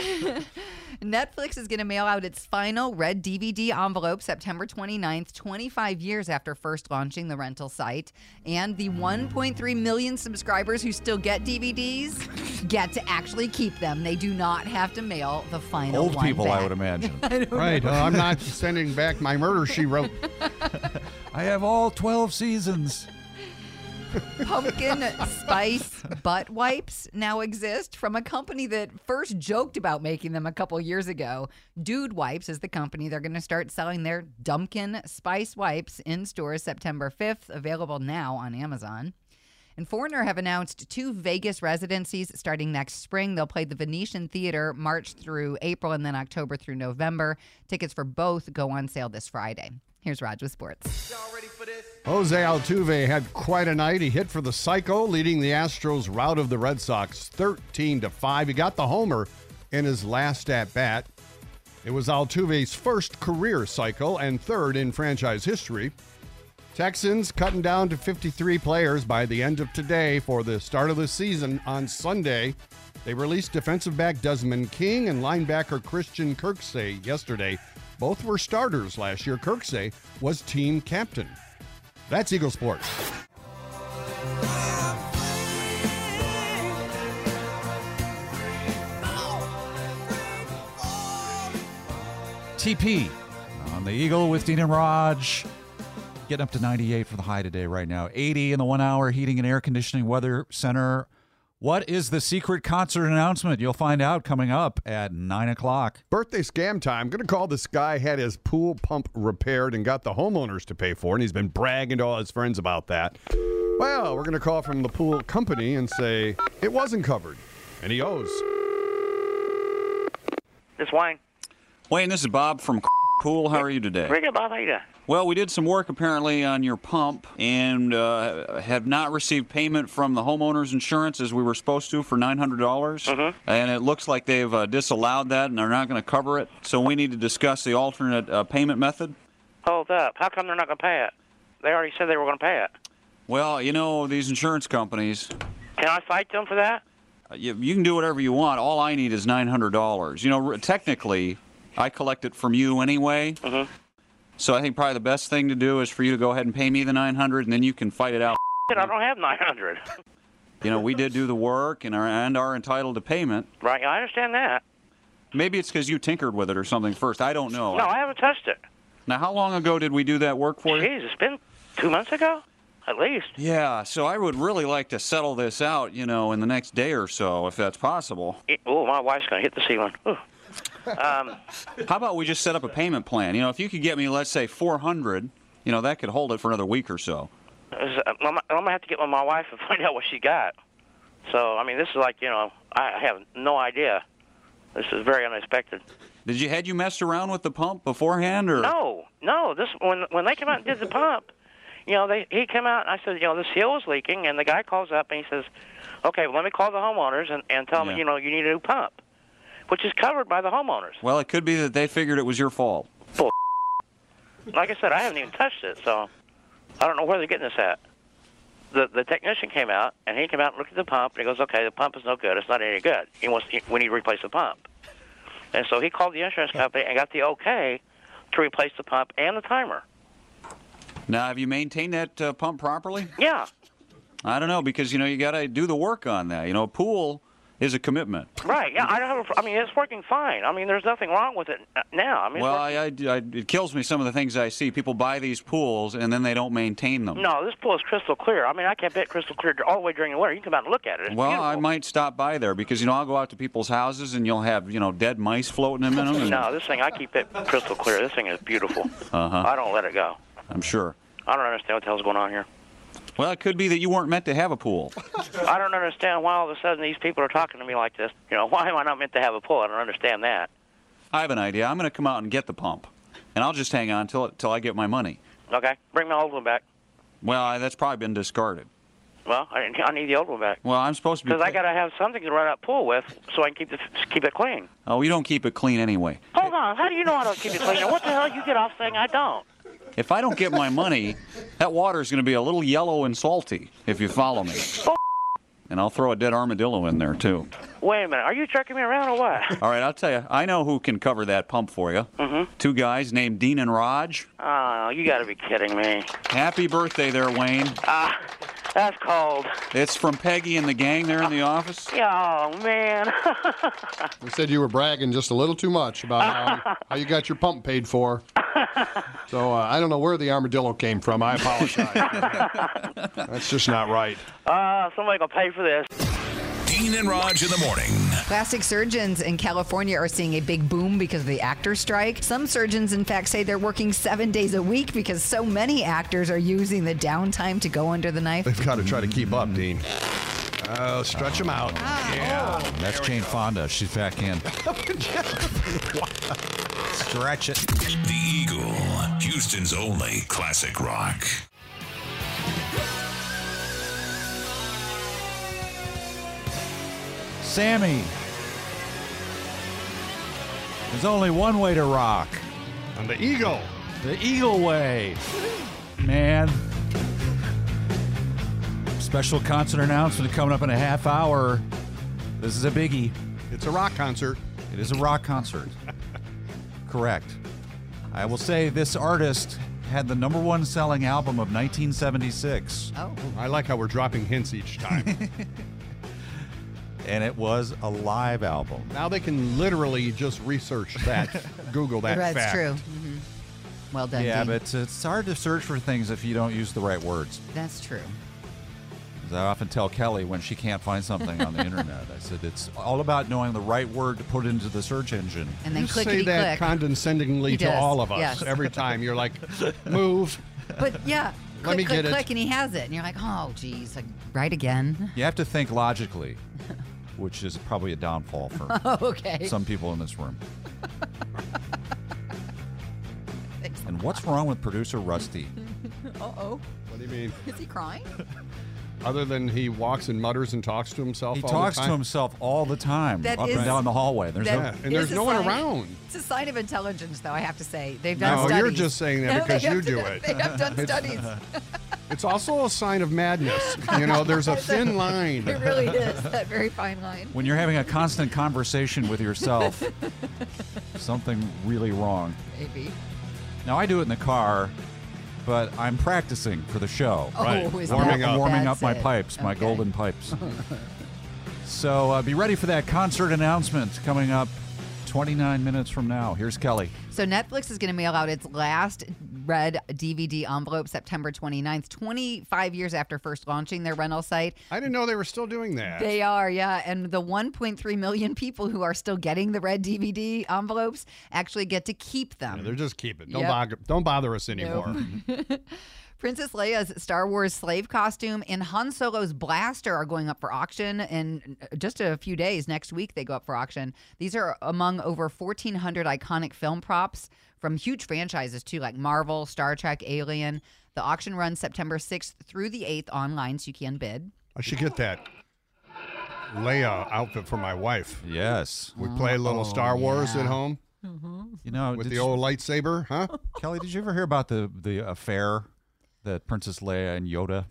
[laughs] Netflix is going to mail out its final red DVD envelope September 29th, 25 years after first launching the rental site. And the 1.3 million subscribers who still get DVDs get to actually keep them. They do not have to mail the final Old one people, I back. would imagine. [laughs] Right. uh, I'm not sending back my murder she wrote. I have all 12 seasons. pumpkin spice butt wipes now exist from a company that first joked about making them a couple years ago. Dude Wipes is the company. They're going to start selling their Dumpkin spice wipes in stores September 5th, available now on Amazon. And Foreigner have announced two Vegas residencies starting next spring. They'll play the Venetian Theater March through April and then October through November. Tickets for both go on sale this Friday. Here's Raj with sports. Jose Altuve had quite a night. He hit for the psycho, leading the Astros rout of the Red Sox 13 to 5. He got the homer in his last at bat. It was Altuve's first career cycle and third in franchise history. Texans cutting down to 53 players by the end of today for the start of the season on Sunday. They released defensive back Desmond King and linebacker Christian Kirksey yesterday. Both were starters last year. Kirksey was team captain. That's Eagle Sports. TP on the Eagle with Dean and Raj. Getting up to 98 for the high today, right now. 80 in the one hour heating and air conditioning weather center. What is the secret concert announcement? You'll find out coming up at 9 o'clock. Birthday scam time. Going to call this guy had his pool pump repaired and got the homeowners to pay for it, and he's been bragging to all his friends about that. Well, we're going to call from the pool company and say it wasn't covered, and he owes. This Wayne. Wayne, this is Bob from Pool. How are you today? Very good, Bob. How you doing? Well, we did some work apparently on your pump and uh, have not received payment from the homeowners insurance as we were supposed to for nine hundred dollars, Mm-hmm. and it looks like they've uh, disallowed that and they're not going to cover it. So we need to discuss the alternate uh, payment method. Hold up. How come they're not going to pay it? They already said they were going to pay it. Well, you know these insurance companies. Can I fight them for that? Uh, You, you can do whatever you want. All I need is nine hundred dollars. You know, r- technically, I collect it from you anyway. Mm-hmm. So I think probably the best thing to do is for you to go ahead and pay me the nine hundred, and then you can fight it out. Shit, I don't have 900. You know, we did do the work and are, and are entitled to payment. Right, I understand that. Maybe it's because you tinkered with it or something first. I don't know. No, I haven't touched it. now, how long ago did we do that work for you? Jeez, it's been two months ago, at least. Yeah, so I would really like to settle this out, you know, in the next day or so, if that's possible. It- oh, my wife's going to hit the ceiling. Ooh. Um, How about we just set up a payment plan? You know, if you could get me, let's say, 400, you know, that could hold it for another week or so. is- I'm, I'm going to have to get with my wife and [laughs] find out what she got. So, I mean, this is like, you know, I have no idea. This is very unexpected. Did you had you messed around with the pump beforehand or No, no. This when when they came out and did the pump, you know, they he came out and I said, you know, the seal was leaking, and the guy calls up and he says, okay, well, let me call the homeowners and and tell them, Yeah. you know, you need a new pump, which is covered by the homeowners. Well, it could be that they figured it was your fault. Like I said, I haven't even touched it, so I don't know where they're getting this at. The the technician came out and he came out and looked at the pump and he goes, okay, the pump is no good. It's not any good. He wants he, we need to replace the pump, and so he called the insurance company and got the okay to replace the pump and the timer. Now, have you maintained that uh, pump properly? Yeah. I don't know because you know you got to do the work on that. You know, a pool is a commitment. Right. Yeah, I don't have. A, I mean, it's working fine. I mean, there's nothing wrong with it uh, now. I mean, it's Well, working- I, I, I, it kills me some of the things I see. People buy these pools and then they don't maintain them. no, this pool is crystal clear. I mean, I kept it crystal clear all the way during the winter. You can come out and look at it. It's Well, beautiful. I might stop by there because you know I'll go out to people's houses and you'll have you know dead mice floating in them. and- [laughs] no, this thing I keep it crystal clear. This thing is beautiful. Uh-huh. I don't let it go. I'm sure. I don't understand what the hell's going on here. [laughs] Well, it could be that you weren't meant to have a pool. I don't understand why all of a sudden these people are talking to me like this. You know, [laughs] why am I not meant to have a pool? I don't understand that. I have an idea. I'm going to come out and get the pump, and I'll just hang on till till I get my money. Okay, bring my old one back. Well, I, that's probably been discarded. Well, I, I need the old one back Well, I'm supposed to be. because I got to have something to run that pool with so I can keep the, keep it clean. Oh, you don't keep it clean anyway. Hold on, how do you know I don't keep it clean? Now, What the hell? You get off saying I don't. If I don't get my money, that water is going to be a little yellow and salty, if you follow me. And I'll throw a dead armadillo in there, too. Wait a minute, are you jerking me around or [laughs] what? All right, I'll tell you, I know who can cover that pump for you. Mm-hmm. Two guys named Dean and Raj. Oh, you gotta be kidding me. Happy birthday there, Wayne. Ah, that's cold. It's from Peggy and the gang there in the office. Oh, man. We said you were bragging just a little too much about how, how you got your pump paid for. So uh, I don't know where the armadillo came from. I [laughs] apologize. That's just not right. Ah, somebody gonna pay for this. Dean and Raj in the morning. Plastic surgeons in California are seeing a big boom because of the actor strike. Some surgeons, in fact, say they're working seven days a week because so many actors are using the downtime to go under the knife. They've got to try to keep up, Dean. Oh, stretch them out. Yeah. That's Jane Fonda. She's back in. Stretch it. The Eagle, Houston's only classic rock. Sammy There's only one way to rock. And the eagle. The eagle way. Man. Special concert announcement coming up in a half hour. This is a biggie. It's a rock concert. It is a rock [laughs] concert. Correct. I will say this artist had the number one selling album of 1976. Oh. I like how we're dropping hints [laughs] each time. and it was a live album. Now they can literally just research [laughs] that, Google that That's fact. true. Mhm. Well done. Yeah, Dean. but it's- it's hard to search for things if you don't use the right words. that's true. As I often tell Kelly when she can't find something [laughs] on the internet, I said it's all about knowing the right word to put into the search engine. And then you say clickety that click. condescendingly He to does, all of us yes. every time. You're like, move. But yeah, Let click, me click, get it. click, and he has it, and you're like, oh, geez, like, [laughs] right again. You have to [laughs] think logically, which is probably a downfall for okay. some people in this room. [laughs] and what's wrong with producer Rusty? uh oh. What do you mean? Is he [laughs] crying? Other than he walks and mutters and talks to himself. He all talks the to time. himself all the time, That up is- and down the hallway. There's That no, is a sign- [laughs] It's a sign of intelligence, though. I have to say, they've done No, studies. you're just saying that No, they because have you done- do it. They have done [laughs] It's- studies. It's also a sign of madness. You [laughs] know, there's a thin line. It really is that very fine line. When you're having a constant conversation with [laughs] yourself, something really wrong. Maybe. Now I do it in the car, but I'm practicing for the show. Oh, Right. is warming that- up, warming that's up my it. pipes, my Okay. golden pipes. [laughs] so uh, be ready for that concert announcement coming up 29 minutes from now. Here's Kelly. So Netflix is going to mail out its last red DVD envelope September 29th, 25 years after first launching their rental site. I didn't know they were still doing that. They are, yeah. And the 1.3 million people who are still getting the red DVD envelopes actually get to keep them. They're just keep it. Don't Yep. bother. Don't bother us [laughs] anymore. Princess Leia's Star Wars slave costume and Han Solo's blaster are going up for auction in uh, just a few days. Next week, they go up for auction. These are among over 1,400 iconic film props from huge franchises, too, like Marvel, Star Trek, Alien. The auction runs September 6th through the 8th online, so you can bid. I should get that Leia outfit for my wife. Yes. We play a little Oh, Star Wars yeah. at home You know, with did the you- old lightsaber, huh? [laughs] Kelly, did you ever hear about the the affair that Princess Leia and [laughs] Yoda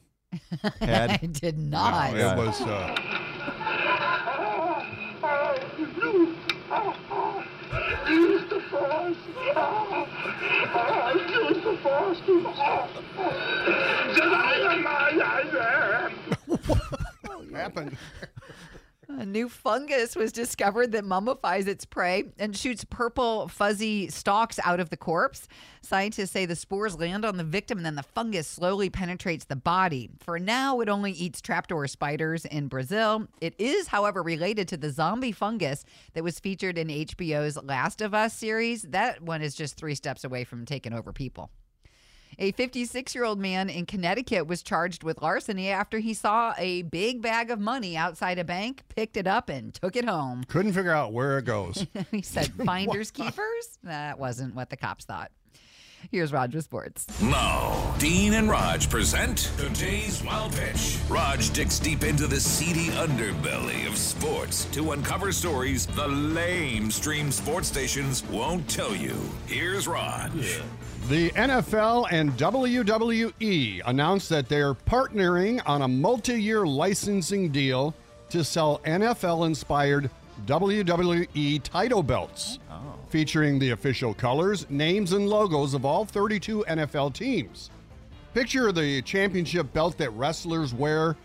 had? I did not. No, Yeah. It was. Uh, Use the force. Ah, Use the force. Ah, Deny I am. Oh, happened? A new fungus was discovered that mummifies its prey and shoots purple, fuzzy stalks out of the corpse. Scientists say the spores land on the victim and then the fungus slowly penetrates the body. For now, it only eats trapdoor spiders in Brazil. It is, however, related to the zombie fungus that was featured in HBO's Last of Us series. That one is just three steps away from taking over people. A 56 year old man in Connecticut was charged with larceny after he saw a big bag of money outside a bank, picked it up, and took it home. couldn't figure out where it goes. [laughs] he [laughs] said, Finders keepers? That wasn't what the cops thought. Here's Roger Sports. Now, Dean and Raj present today's wild pitch. Raj digs deep into the seedy underbelly of sports to uncover stories the lame stream sports stations won't tell you. Here's Raj. The NFL and WWE announced that they're partnering on a multi year licensing deal to sell NFL inspired WWE E title belts, featuring the official colors, names, and logos of all 32 NFL teams. Picture the championship belt that wrestlers wear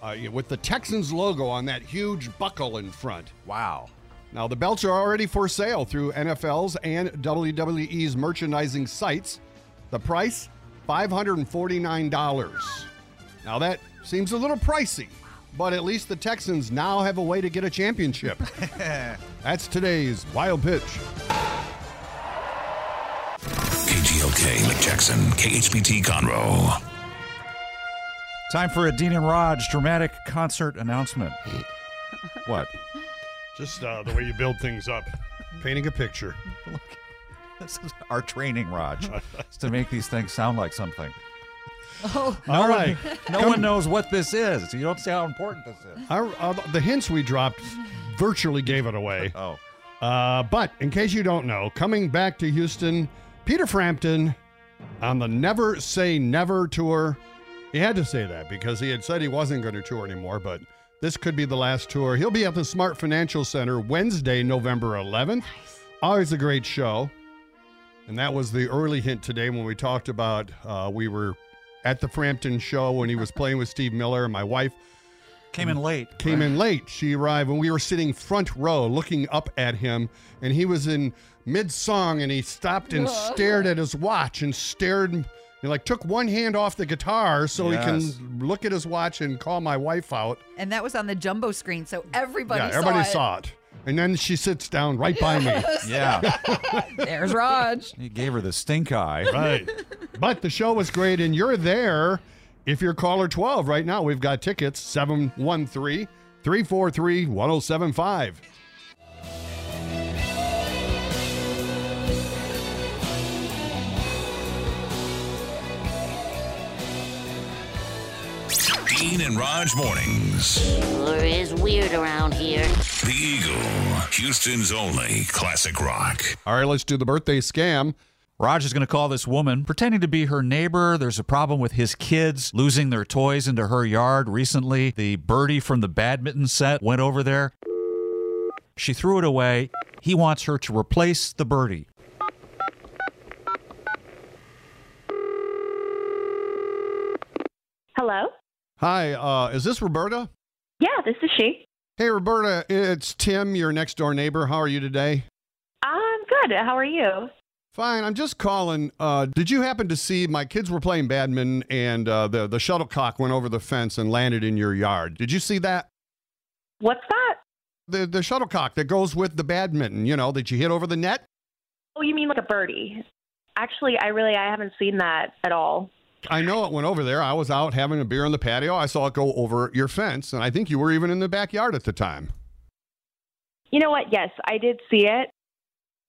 uh, with the Texans logo on that huge buckle in front. Wow. Now, the belts are already for sale through NFL's and WWE's merchandising sites. The price, $549. Now, that seems a little pricey, but at least the Texans now have a way to get a championship. That's today's Wild Pitch. KGOK Lake Jackson, KHBT Conroe. Time for a Dean and Raj dramatic concert announcement. What? Just uh, the way you build things up, painting a picture. This is our training, Raj, is to make these things sound like something. Oh, No one- no one knows what this is. You don't see how important this is. Our, uh, the hints we dropped virtually gave it away. Oh. Uh, but in case you don't know, coming back to Houston, Peter Frampton on the Never Say Never tour. He had to say that because he had said he wasn't going to tour anymore, but this could be the last tour. He'll be at the Smart Financial Center Wednesday, November 11th. Always a great show. And that was the early hint today when we talked about uh, we were at the Frampton show when he was playing with Steve Miller. and My wife Came in late. Came in late. She arrived when we were sitting front row looking up at him, and he was in mid song and he stopped and stared at his watch and stared and like took one hand off the guitar so he Yes. can look at his watch and call my wife out. And that was on the jumbo screen, so everybody yeah, saw everybody it. saw it. And then she sits down right [laughs] by [laughs] me. Yes. Yeah. There's [laughs] Raj. [laughs] He gave her the stink eye. Right. But the show was great, and you're there if you're caller 12 right now. We've got tickets 713 343 1075. Dean and Raj mornings. Sure is weird around here. The Eagle, Houston's only classic rock. All right, let's do the birthday scam. Raj is going to call this woman pretending to be her neighbor. There's a problem with his kids losing their toys into her yard. Recently, the birdie from the badminton set went over there. She threw it away. He wants her to replace the birdie. Hello? Hi, uh, is this Roberta? Yeah, this is she. Hey, Roberta, it's Tim, your next door neighbor. How are you today? I'm good. How are you? Oh, Fine. I'm just calling. Uh, did you happen to see my kids were playing badminton and uh, the the shuttlecock went over the fence and landed in your yard? Did you see that? What's that? The the shuttlecock that goes with the badminton. You know that you hit over the net. Oh, you mean like a birdie? Actually, I really I haven't seen that at all. I know it went over there. I was out having a beer on the patio. I saw it go over your fence, and I think you were even in the backyard at the time. You know what? Yes, I did see it.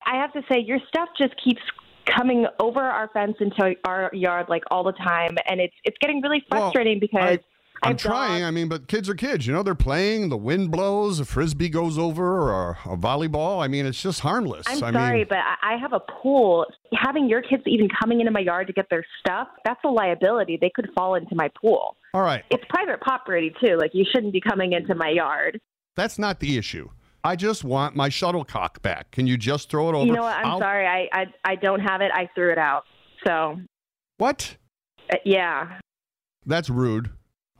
I have to say your stuff just keeps coming over our fence into our yard like all the time and it's it's getting really frustrating because I, am trying. I mean, but kids are kids. You know, they're playing. The wind blows. A frisbee goes over, or a volleyball. I mean, it's just harmless. I'm I sorry, mean, but I I have a pool. Having your kids even coming into my yard to get their stuff, that's a liability. They could fall into my pool. all right. It's private property too. Like you shouldn't be coming into my yard. That's not the issue. I just want my shuttlecock back. Can you just throw it over? You know what? I'm I'll- sorry. I, I I don't have it. I threw it out. So What? uh, yeah. That's rude.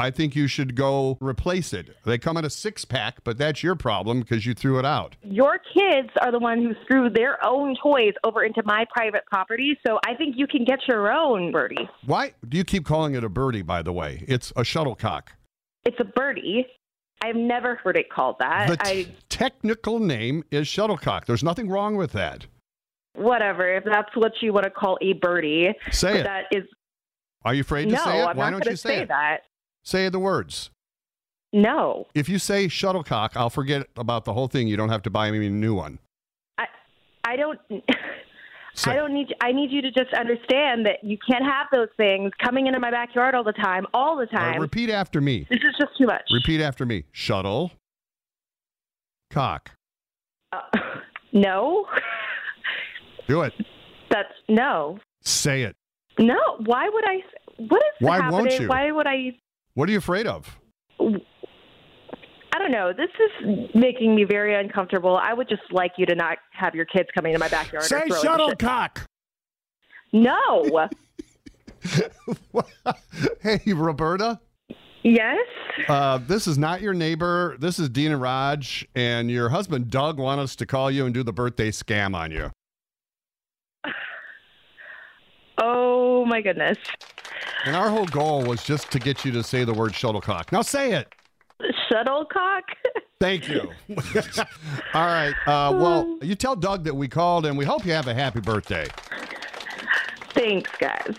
I think you should go replace it. They come in a six pack, but that's your problem because you threw it out. Your kids are the one who threw their own toys over into my private property, so I think you can get your own birdie. Why do you keep calling it a birdie, by the way? It's a shuttlecock. It's a birdie. I've never heard it called that. The I t- technical name is shuttlecock. There's nothing wrong with that. whatever. If that's what you want to call a birdie, Say it. That is Are you afraid to no. say it? I'm Why not don't going to you say, say it? that. Say the words. No. If you say shuttlecock, I'll forget about the whole thing. You don't have to buy me a new one. I I don't [laughs] I don't need I need you to just understand that you can't have those things coming into my backyard all the time, all the All right, time. repeat [laughs] after me. this is just too much. Repeat after me. Shuttle. Cock. No. Do it. That's no. Say it. No, why would I what is Why happening? won't you? Why would I What are you afraid of? I don't know. This is making me very uncomfortable. I would just like you to not have your kids coming into my backyard. or Say throwing shuttlecock. shit. No. [laughs] Hey, Roberta. Yes. Uh, this is not your neighbor. This is Dean and Raj, and your husband Doug want us to call you and do the birthday scam on you. oh my goodness. And our whole goal was just to get you to say the word shuttlecock. Now say it. Shuttlecock? Thank you. [laughs] All right. Uh, well, you tell Doug that we called, and we hope you have a happy birthday. Thanks, guys.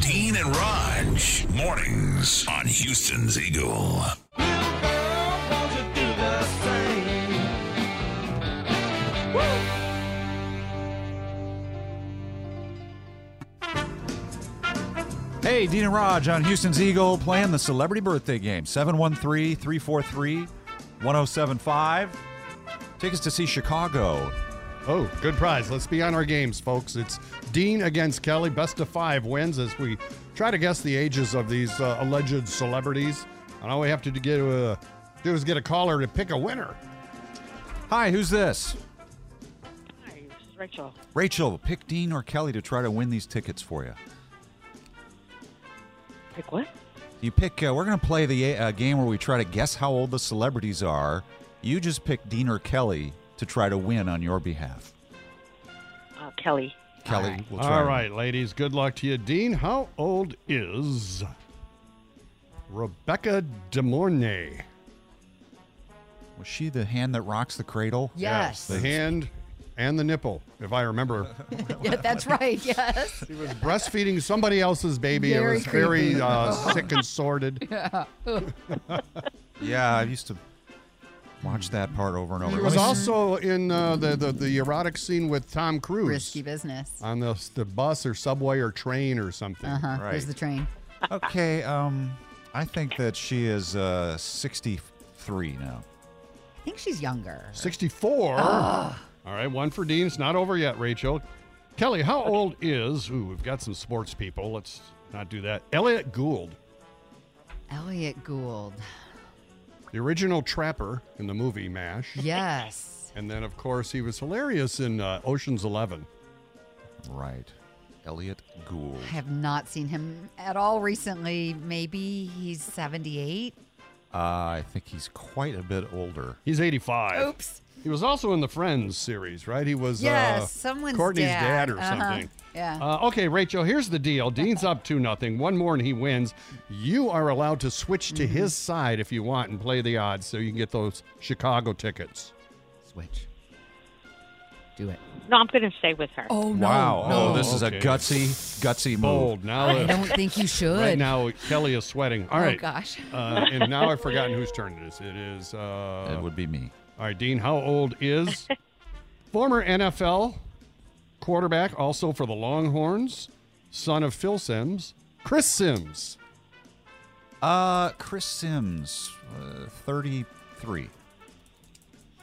Dean and Raj, mornings on Houston's Eagle. Hey, Dean and Raj on Houston's Eagle playing the oh celebrity birthday game. 713 343 1075. Tickets to see Chicago. [laughs] Oh, good prize. Let's be on our games, folks. It's Dean against Kelly. Best of five wins as we try to guess the ages of these uh, alleged celebrities. And all we have to do, get, uh, do is get a caller to pick a winner. Hi, who's this? Rachel. Rachel, pick Dean or Kelly to try to win these tickets for you. Pick what? You pick. Uh, we're gonna play the uh, game where we try to guess how old the celebrities are. You just pick Dean or Kelly to try to win on your behalf. Uh, Kelly. Kelly, we'll try. All right, ladies. Good luck to you. Dean, how old is Rebecca De Mornay? Was she the hand that rocks the cradle? Yes. The hand and the nipple, if I [laughs] remember. yeah, that's right. Yes. She was Breastfeeding somebody else's baby. Very it was very creepy. uh, sick and [laughs] sordid. Yeah. uh, Yeah, I used to watch that part over and over. She Let was me- also in uh, the, the the erotic scene with Tom Cruise. Risky business. on the, the bus or subway or train or something. Uh huh. Here's the train. Okay, um, I think that she is uh, 63 now. I think she's younger. 64. Ugh. All right, one for Dean. It's not over yet, Rachel. Kelly, how old is, ooh, we've got some sports people. Let's not do that. Elliot Gould, Elliot Gould. the original trapper in the movie MASH. Yes. And then, of course, he was hilarious in uh, Ocean's Eleven. Right. Elliot Gould. I have not seen him at all recently. Maybe he's 78. Uh, I think he's quite a bit older. He's 85. Oops. He was also in the Friends series, right? He was yes, uh, someone's Courtney's dad, dad, or Uh-huh. something. Yeah. Uh, okay, Rachel, here's the deal. Dean's up 2 nothing. One more and he wins. You are allowed to switch Mm-hmm. to his side if you want and play the odds so you can get those Chicago tickets. Switch. Do it. No, I'm going to stay with her. Oh, wow. no. Oh, this is a Okay. gutsy, gutsy move. Bold. Now I uh, don't think you should. [laughs] Right now, Kelly is sweating. All Oh, right. gosh. Uh, and now I've forgotten whose turn it is. It is. Uh, It would be me. All right, Dean, how old is former NFL quarterback, also for the Longhorns, son of Phil Sims, Chris Sims? Uh, Chris Sims, uh, 33.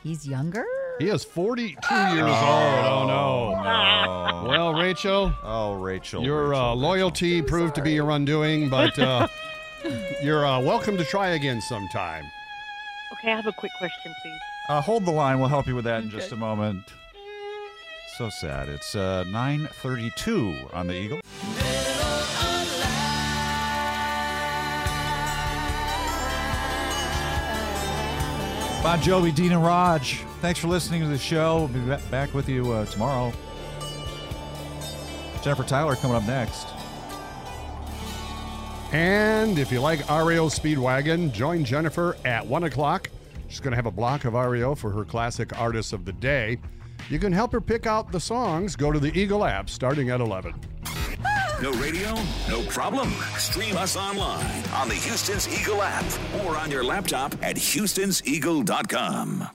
He's younger? He is 42 Ah. years old. Oh, no. Well, Rachel. Oh, Rachel. Your uh, loyalty proved to be your undoing, but [laughs] uh, you're uh, welcome to try again sometime. Okay, I have a quick question, please. Uh, hold the line. We'll help you with that in just a moment. So sad. It's uh, 9:32 on the Eagle. Uh, Bon Jovi, Dean and Raj. Thanks for listening to the show. We'll be ba- back with you uh, tomorrow. Jennifer Tyler coming up next. And if you like REO Speedwagon, join Jennifer at 1 o'clock. She's going to have a block of REO for her classic artists of the day. You can help her pick out the songs. Go to the Eagle app starting at 11. No radio? No problem. Stream us online on the Houston's Eagle app or on your laptop at houstonseagle.com.